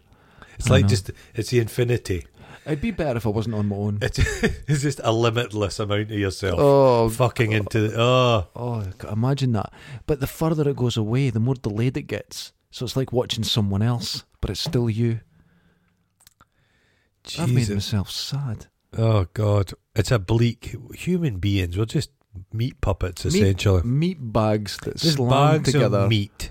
S1: It's
S2: I
S1: like
S2: know.
S1: just it's the infinity.
S2: It'd be better if I wasn't on my own.
S1: It's, it's just a limitless amount of yourself.
S2: Oh,
S1: Fucking into the, oh
S2: oh, God, imagine that. But the further it goes away, the more delayed it gets. So it's like watching someone else, but it's still you. I've made
S1: Jesus.
S2: myself sad.
S1: Oh God. It's a bleak human beings. We're just meat puppets
S2: Meat-
S1: essentially.
S2: Meat bags that
S1: Just
S2: slam
S1: bags
S2: together. Ah.
S1: of meat.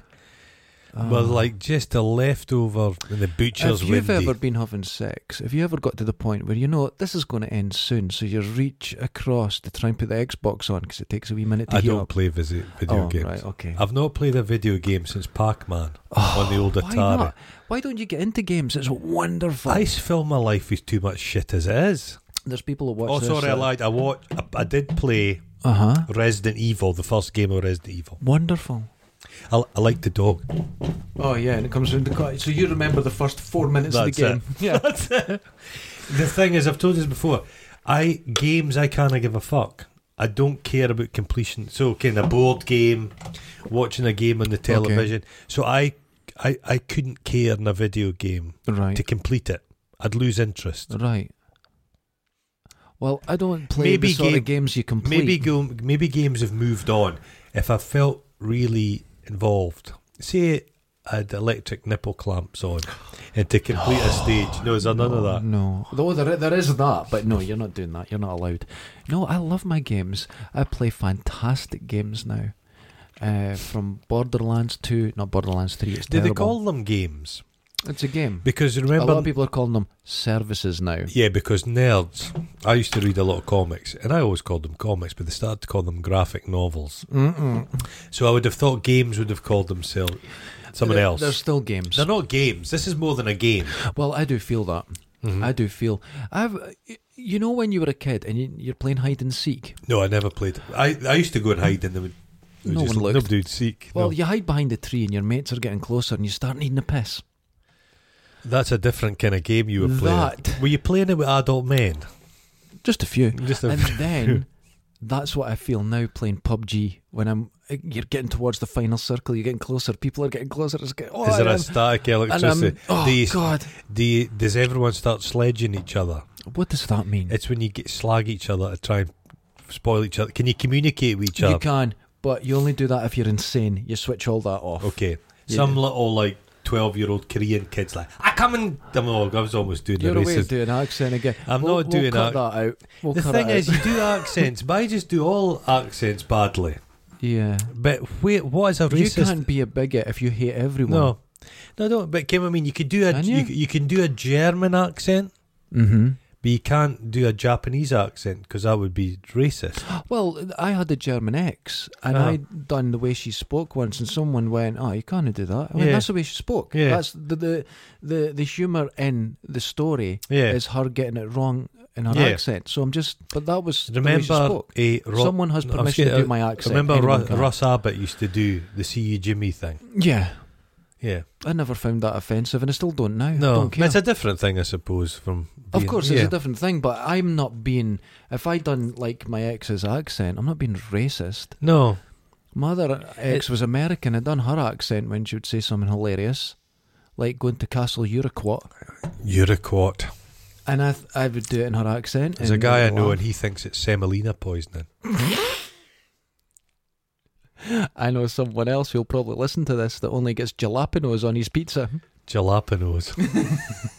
S1: But like just a leftover in the butcher's
S2: if you've
S1: windy.
S2: ever been having sex, if you ever got to the point where you know this is going to end soon, so you reach across to try and put the Xbox on because it takes a wee minute to
S1: I
S2: heat
S1: don't
S2: up.
S1: play visit video
S2: oh,
S1: games.
S2: right, okay. Oh,
S1: I've not played a video game since Pac-Man on the old
S2: Why
S1: Atari.
S2: not? Why don't you get into games? It's wonderful.
S1: I s- feel my life is too much shit as it is.
S2: There's people that watch.
S1: oh, sorry, I lied. I watched. I, I did play
S2: Uh huh.
S1: Resident Evil, the first game of Resident Evil.
S2: Wonderful.
S1: I, I like the dog.
S2: Oh yeah, and it comes round the cut. So you remember the first four minutes of
S1: That's
S2: the game? Yeah.
S1: The thing is, I've told this before. I games I can't give a fuck. I don't care about completion. So, kind of board game, watching a game on the television. So I, I, I couldn't care in a video game
S2: right.
S1: to complete it. I'd lose interest.
S2: Right. Well, I don't play
S1: Maybe
S2: the sort
S1: game-
S2: of games you complete.
S1: Maybe go, maybe games have moved on. If I felt really involved, say I had electric nipple clamps on, and to complete a stage, no, is there none of that?
S2: No, though there, there is that, but no, you're not doing that. You're not allowed. No, I love my games. I play fantastic games now. Uh, from Borderlands 2, not Borderlands 3. It's
S1: Do
S2: terrible.
S1: they call them games?
S2: It's a game.
S1: Because
S2: A lot
S1: remember,
S2: of people are calling them services now.
S1: Yeah, because nerds. I used to read a lot of comics, and I always called them comics, but they started to call them graphic novels.
S2: Mm-mm.
S1: So I would have thought games would have called themselves someone
S2: They're-
S1: else.
S2: They're still games.
S1: They're not games. This is more than a game.
S2: Well, I do feel that. I do feel. I've. You know when you were a kid and you, you're playing hide and seek.
S1: No, I never played. I I used to go and hide, and they would. they would
S2: No
S1: just,
S2: one looked.
S1: Nobody would seek.
S2: Well,
S1: no.
S2: you hide behind a tree and your mates are getting closer and you start needing a piss.
S1: that's a different kind of game you were playing.
S2: That-
S1: Were you playing it with adult men?
S2: Just a few.
S1: Just a
S2: and then that's what I feel now playing PUBG when I'm eh, you're getting towards the final circle, you're getting closer, people are getting closer. It's getting, oh,
S1: is there
S2: and
S1: a
S2: I'm-
S1: static
S2: and I'm-
S1: electricity?
S2: oh
S1: do you,
S2: God,
S1: do you- does everyone start sledging each other?
S2: what does that mean?
S1: It's when you get slag each other to try and spoil each other. Can you communicate with each other?
S2: You can, but you only do that if you're insane. You switch all that off.
S1: Okay.
S2: Yeah.
S1: Some little like twelve year old Korean kids like I come and I'm all- I was almost doing
S2: You're
S1: the
S2: away
S1: racist.
S2: doing accent again.
S1: I'm
S2: We'll-
S1: not doing
S2: we'll cut
S1: that.
S2: that out. We'll
S1: the
S2: cut
S1: thing
S2: it
S1: is,
S2: out.
S1: you do accents, but I just do all accents badly.
S2: yeah,
S1: But wait, what is a
S2: you
S1: racist?
S2: can't be a bigot if you hate everyone.
S1: no, no, I don't. But Kim, I mean, you could do a
S2: Can
S1: you?
S2: you?
S1: c- you can do a German accent,
S2: hmm
S1: but you can't do a Japanese accent because that would be racist.
S2: Well, I had a German ex, and
S1: Ah.
S2: i I done the way she spoke once, and someone went, "Oh, you can't do that." I went,
S1: Yeah.
S2: "That's the way she spoke.
S1: Yeah.
S2: That's the the the, the humour in the story
S1: Yeah.
S2: is her getting it wrong in her
S1: Yeah.
S2: accent." So I'm just, but that was the way
S1: Remember
S2: she spoke.
S1: a Ro-
S2: someone has
S1: I was
S2: permission to
S1: gonna-
S2: do my accent.
S1: Remember
S2: Anyone
S1: Ru-
S2: can.
S1: Russ Abbott used to do the "See you, Jimmy" thing.
S2: Yeah,
S1: Yeah,
S2: I never found that offensive, and I still don't now. I
S1: no,
S2: don't care.
S1: it's a different thing, I suppose. From
S2: Of
S1: being-
S2: course,
S1: yeah.
S2: it's a different thing, but I'm not being. If I done like my ex's accent, I'm not being racist.
S1: No,
S2: My other
S1: Eh,
S2: ex was American. I'd done her accent when she would say something hilarious, like going to Castle Uruquois,
S1: Uruquat.
S2: and I th- I would do it in her accent.
S1: There's a
S2: and
S1: guy I
S2: they'd
S1: know,
S2: laugh.
S1: and he thinks it's semolina poisoning.
S2: I know someone else who'll probably listen to this that only gets jalapenos on his pizza,
S1: Jalapenos.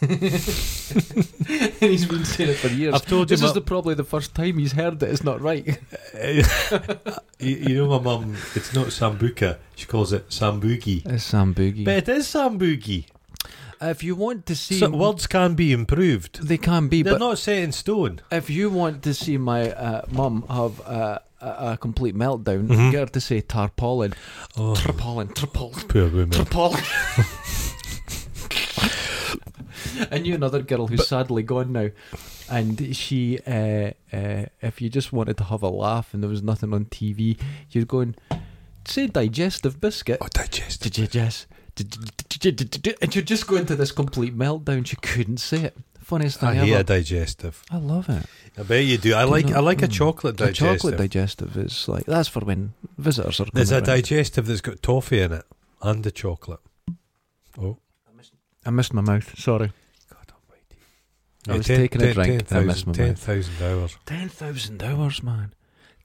S2: and he's been saying it for years.
S1: I've told you
S2: this
S1: my-
S2: is the, probably the first time he's heard that it's not right.
S1: you, you know, my mum. It's not sambuca. She calls it sambugi.
S2: It's Sam Boogie.
S1: But it is sambugi.
S2: if you want to see,
S1: So words can be improved.
S2: they can be,
S1: They're
S2: but
S1: not set in stone.
S2: if you want to see my uh, mum have uh, a, a complete meltdown,
S1: Mhm.
S2: get her to say tarpaulin,
S1: Oh,
S2: Mm-hmm. tarpaulin, tarpaulin.
S1: poor woman.
S2: Paul. I knew another girl who's sadly gone now, and she, uh, uh, if you just wanted to have a laugh and there was nothing on TV, you'd go and say digestive biscuit.
S1: Oh, digested.
S2: Digest. And she'd just go into this complete meltdown. She couldn't say it. Funniest thing
S1: I hate a
S2: ever.
S1: digestive.
S2: I love it.
S1: I bet you do. I like. I like a
S2: Mm.
S1: chocolate
S2: The
S1: digestive.
S2: chocolate digestive is like that's for when visitors are.
S1: There's a
S2: coming round.
S1: digestive that's got toffee in it and the chocolate. Oh.
S2: I missed my mouth. Sorry.
S1: God almighty.
S2: I was taking a drink, I missed my mouth.
S1: 10,000 hours.
S2: Ten thousand hours, man.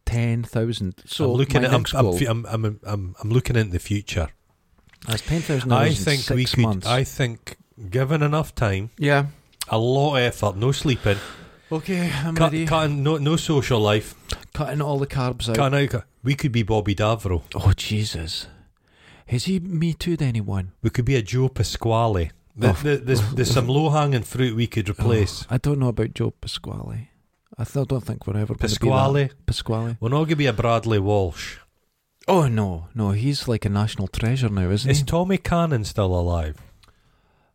S2: Ten thousand. So
S1: I'm looking
S2: my
S1: at I'm,
S2: next goal-
S1: I'm, I'm, I'm, I'm, I'm looking into the future.
S2: That's ten thousand
S1: I
S2: hours. in
S1: think
S2: six
S1: we could.
S2: months.
S1: I think given enough time,
S2: yeah.
S1: a lot of effort, no sleeping,
S2: Okay, I'm
S1: cut,
S2: ready.
S1: cutting, no, no social life,
S2: Cutting all the carbs out.
S1: cutting out. We could be Bobby Davro.
S2: Oh Jesus! Has he me too anyone?
S1: We could be a Joe Pasquale. The,
S2: Oh.
S1: the, there's, there's some low hanging fruit we could replace.
S2: I don't know about Joe Pasquale. I th- don't think we're ever going to be that.
S1: Pasquale.
S2: Pasquale.
S1: We're not going to be a Bradley Walsh.
S2: Oh no, no, he's like a national treasure now, isn't
S1: Is
S2: he?
S1: Tommy Cannon still alive?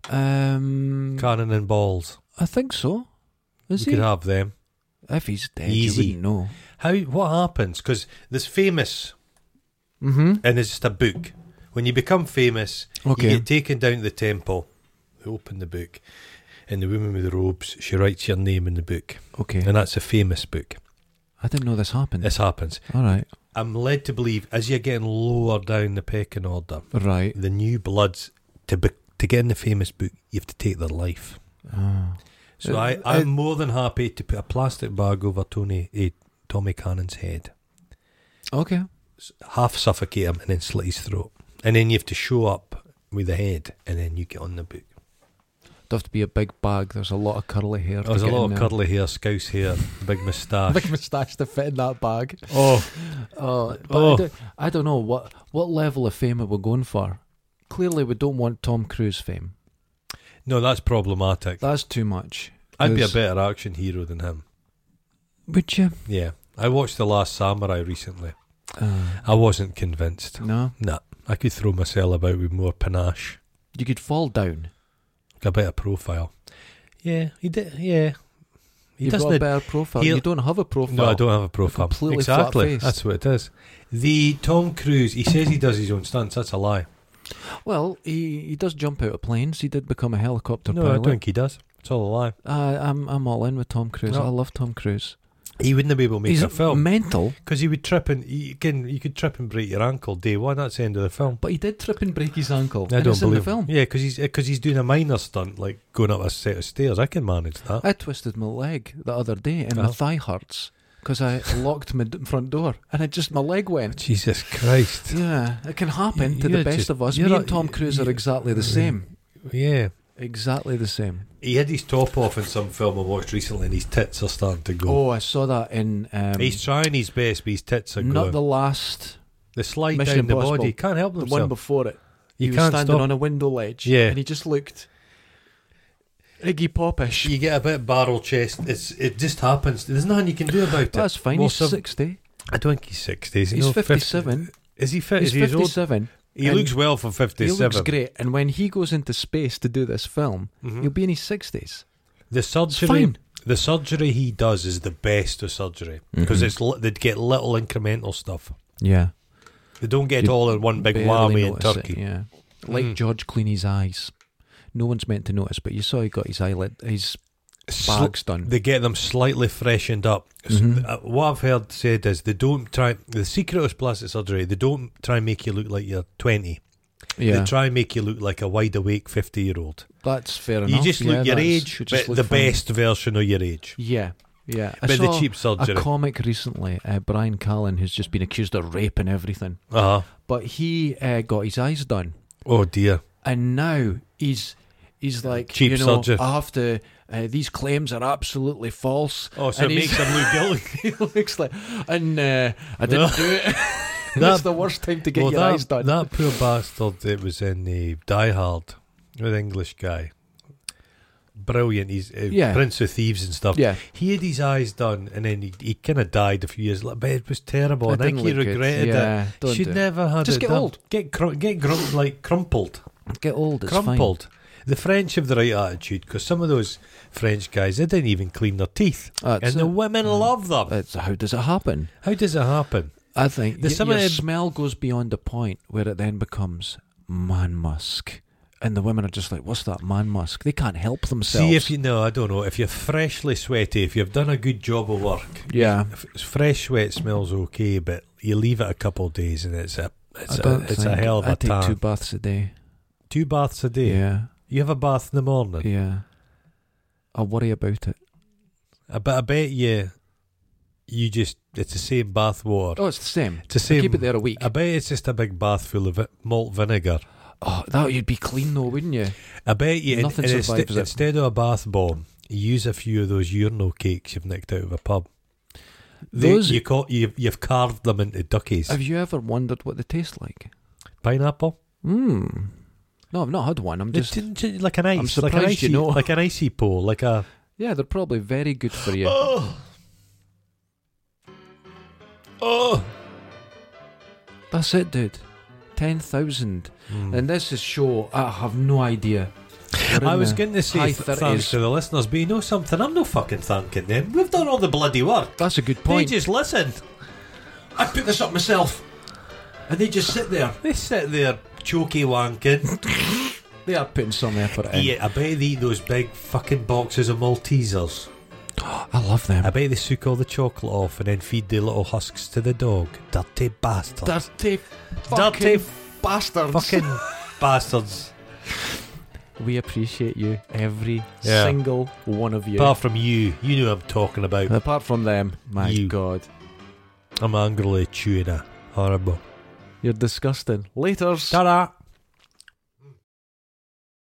S2: um,
S1: Cannon and Balls.
S2: I think so. Is
S1: we
S2: he?
S1: could have them.
S2: if he's dead,
S1: Easy.
S2: you wouldn't know.
S1: How? What happens? Because there's famous,
S2: Mm-hmm.
S1: and there's just a book. When you become famous,
S2: Okay.
S1: you get taken down to the temple. They open the book, and the woman with the robes she writes your name in the book,
S2: Okay.
S1: and that's a famous book.
S2: I didn't know this happened.
S1: This happens.
S2: All right.
S1: I'm led to believe as you're getting lower down the pecking order,
S2: Right.
S1: the new bloods to be, to get in the famous book, you have to take their life.
S2: Oh.
S1: So
S2: Uh,
S1: I, I'm more than happy to put a plastic bag over Tony eh, Tommy Cannon's head,
S2: Okay.
S1: s- half suffocate him, and then slit his throat. And then you have to show up with the head, and then you get on the book.
S2: There'd have to be a big bag. There's a lot of curly hair.
S1: Oh,
S2: to
S1: There's a
S2: get
S1: lot
S2: in
S1: of
S2: there.
S1: curly hair, scouse hair, big moustache.
S2: Big moustache to fit in that bag.
S1: oh,
S2: Oh, but
S1: Oh.
S2: I, don't, I don't know what what level of fame are we going for. Clearly, we don't want Tom Cruise fame.
S1: no, that's problematic.
S2: That's too much.
S1: I'd be a
S2: There's-
S1: better action hero than him.
S2: Would you?
S1: Yeah. I watched The Last Samurai recently.
S2: Uh,
S1: I wasn't convinced.
S2: no,
S1: Nah, I could throw myself about with more panache,
S2: you could fall down.
S1: like a better profile. Yeah, he did. Yeah, he
S2: You've got a
S1: doesn't.
S2: better profile.
S1: he'll-
S2: You don't have a profile.
S1: No, I don't have a profile.
S2: completely
S1: exactly,
S2: flat-faced.
S1: that's what it is. The Tom Cruise, he says he does his own stunts. That's a lie.
S2: Well, he, he does jump out of planes. He did become a helicopter
S1: no, I
S2: pilot.
S1: don't think he does. It's all a lie.
S2: Uh, I'm I'm all in with Tom Cruise.
S1: No.
S2: I love Tom Cruise.
S1: He wouldn't be able to make
S2: He's
S1: a film
S2: mental,
S1: because he would trip and he, again you could trip and break your ankle day one. That's the end of the film.
S2: but he did trip and break his ankle.
S1: I
S2: and
S1: don't
S2: it's
S1: believe.
S2: in the film.
S1: him. Yeah, because he's because he's doing a minor stunt like going up a set of stairs. I can manage that.
S2: I twisted my leg the other day, and my
S1: Oh.
S2: thigh hurts because I locked my d- front door, and it just my leg went.
S1: Jesus Christ.
S2: Yeah, it can happen to
S1: You're
S2: the best
S1: just-
S2: of us.
S1: you're
S2: Me
S1: a-
S2: and Tom Cruise are
S1: you- Mm.
S2: exactly the same.
S1: Yeah.
S2: Exactly the same.
S1: He had his top off in some film I watched recently, and his tits are starting to go.
S2: Oh, I saw that in um,
S1: He's trying his best, but his tits are
S2: not
S1: going.
S2: the last,
S1: The slide
S2: Mission
S1: down the
S2: Impossible.
S1: body can't help
S2: the
S1: themselves.
S2: one before it.
S1: you
S2: he was
S1: can't
S2: standing
S1: stop.
S2: on a window ledge.
S1: Yeah.
S2: and he just looked Iggy Popish.
S1: you get a bit barrel chest. It's it just happens. There's nothing you can do about it.
S2: That's fine.
S1: Well,
S2: He's
S1: some-
S2: sixty.
S1: I don't think he's sixty. Is he
S2: He's
S1: not 50?
S2: fifty-seven.
S1: Is he fit?
S2: He's
S1: Is he old?
S2: fifty-seven.
S1: He
S2: and
S1: looks well for
S2: He
S1: fifty-seven.
S2: looks great, and when he goes into space to do this film,
S1: Mhm.
S2: he'll be in his sixties.
S1: The
S2: It's
S1: surgery,
S2: fine.
S1: the surgery he does is the best of surgery because
S2: Mhm.
S1: it's li- they'd get little incremental stuff.
S2: Yeah,
S1: They don't get
S2: You'd
S1: all in one big
S2: Barely
S1: whammy in
S2: notice it,
S1: Turkey.
S2: yeah, like
S1: Mm.
S2: George Clooney's eyes. No one's meant to notice, but you saw he got his eyelid, his
S1: Sl-
S2: bags done.
S1: they get them slightly freshened up. S-
S2: Mhm.
S1: uh, what I've heard said is they don't try. The secret of plastic surgery, they don't try and make you look like you're twenty.
S2: yeah,
S1: They try and make you look like a wide awake fifty year old.
S2: that's fair enough.
S1: You just
S2: yeah,
S1: look your
S2: that's-
S1: age,
S2: you just
S1: but
S2: look
S1: the
S2: fine.
S1: best version of your age.
S2: Yeah, yeah. I
S1: but the
S2: saw
S1: cheap
S2: a
S1: surgery.
S2: comic recently, uh, Brian Callen, who's just been accused of rape and everything,
S1: uh-huh.
S2: but he uh, got his eyes done.
S1: Oh dear.
S2: and now he's he's like
S1: Cheap
S2: you know
S1: surgeon.
S2: I have to uh, these claims are absolutely false.
S1: Oh, so
S2: And
S1: it
S2: he's-
S1: makes them look guilty.
S2: he looks like and uh, I didn't do it. That's the worst time to get
S1: Well,
S2: your
S1: that,
S2: eyes done.
S1: that poor bastard that was in the Die Hard with English guy. Brilliant. He's uh,
S2: Yeah.
S1: Prince of Thieves and stuff.
S2: yeah,
S1: He had his eyes done and then he, he kind of died a few years later, but it was terrible.
S2: It
S1: and I think
S2: didn't
S1: he
S2: look good.
S1: regretted it.
S2: yeah, Don't
S1: She'd
S2: do
S1: never had
S2: Just
S1: it
S2: get
S1: done.
S2: old.
S1: Get, cr- get grum- like crumpled.
S2: it. Get old. It's
S1: crumpled. The French have the right attitude because some of those French guys, they didn't even clean their teeth.
S2: fine. That's
S1: and the
S2: it.
S1: women love them.
S2: That's- how does it happen?
S1: How does it happen?
S2: I think
S1: There's
S2: y-
S1: some
S2: your
S1: of them-
S2: smell goes beyond the point where it then becomes man musk, and the women are just like, "What's that man musk?" They can't help themselves.
S1: See if you know, I don't know, if you're freshly sweaty, if you've done a good job of work,
S2: yeah,
S1: F- fresh sweat smells okay, but you leave it a couple of days and it's a it's,
S2: I
S1: a,
S2: don't
S1: it's a
S2: think-
S1: hell of
S2: I
S1: a
S2: take
S1: tan.
S2: two
S1: Two,
S2: baths a day.
S1: baths a day.
S2: Yeah.
S1: You have a bath in the morning.
S2: Yeah. I worry about it.
S1: I, but I bet you, you just it's the same bath water.
S2: Oh, it's the same.
S1: it's the same.
S2: Keep it there a week.
S1: I bet it's just a big bath full of vi- malt vinegar.
S2: oh, that you'd be clean though, wouldn't you?
S1: I bet you,
S2: Nothing
S1: and, and
S2: survives it.
S1: instead of a bath bomb, you use a few of those urinal cakes you've nicked out of a pub. They-
S2: Those-
S1: you caught, you've, you've carved them into duckies.
S2: Have you ever wondered what they taste like?
S1: Pineapple?
S2: Mm. No, I've not had one. I'm just.
S1: It's j- j- like an ice, like an
S2: surprised
S1: icy,
S2: you know.
S1: like an icy pole, like a.
S2: Yeah, they're probably very good for you.
S1: Oh. Oh.
S2: That's it, dude. 10,000. And this is show, I have no idea. We're
S1: I
S2: in
S1: was
S2: the
S1: going to say
S2: high
S1: th- thanks
S2: 30s.
S1: to the listeners, but you know something? I'm no fucking thanking them. We've done all the bloody work.
S2: That's a good
S1: They
S2: point.
S1: just listen.
S2: I put this up myself. And they just sit there.
S1: They sit there choky wanking.
S2: They are putting some effort in.
S1: yeah, I bet they eat those big fucking boxes of Maltesers.
S2: I love them.
S1: I bet they suck all the chocolate off and then feed the little husks to the dog. Dirty bastards.
S2: Dirty,
S1: Dirty
S2: fucking bastards.
S1: fucking bastards.
S2: We appreciate you, every
S1: Yeah.
S2: single one of you.
S1: Apart from you, you know what I'm talking about.
S2: Apart from them, my
S1: You.
S2: God,
S1: I'm angrily chewing a horrible.
S2: you're disgusting. Later's.
S1: Ta-da!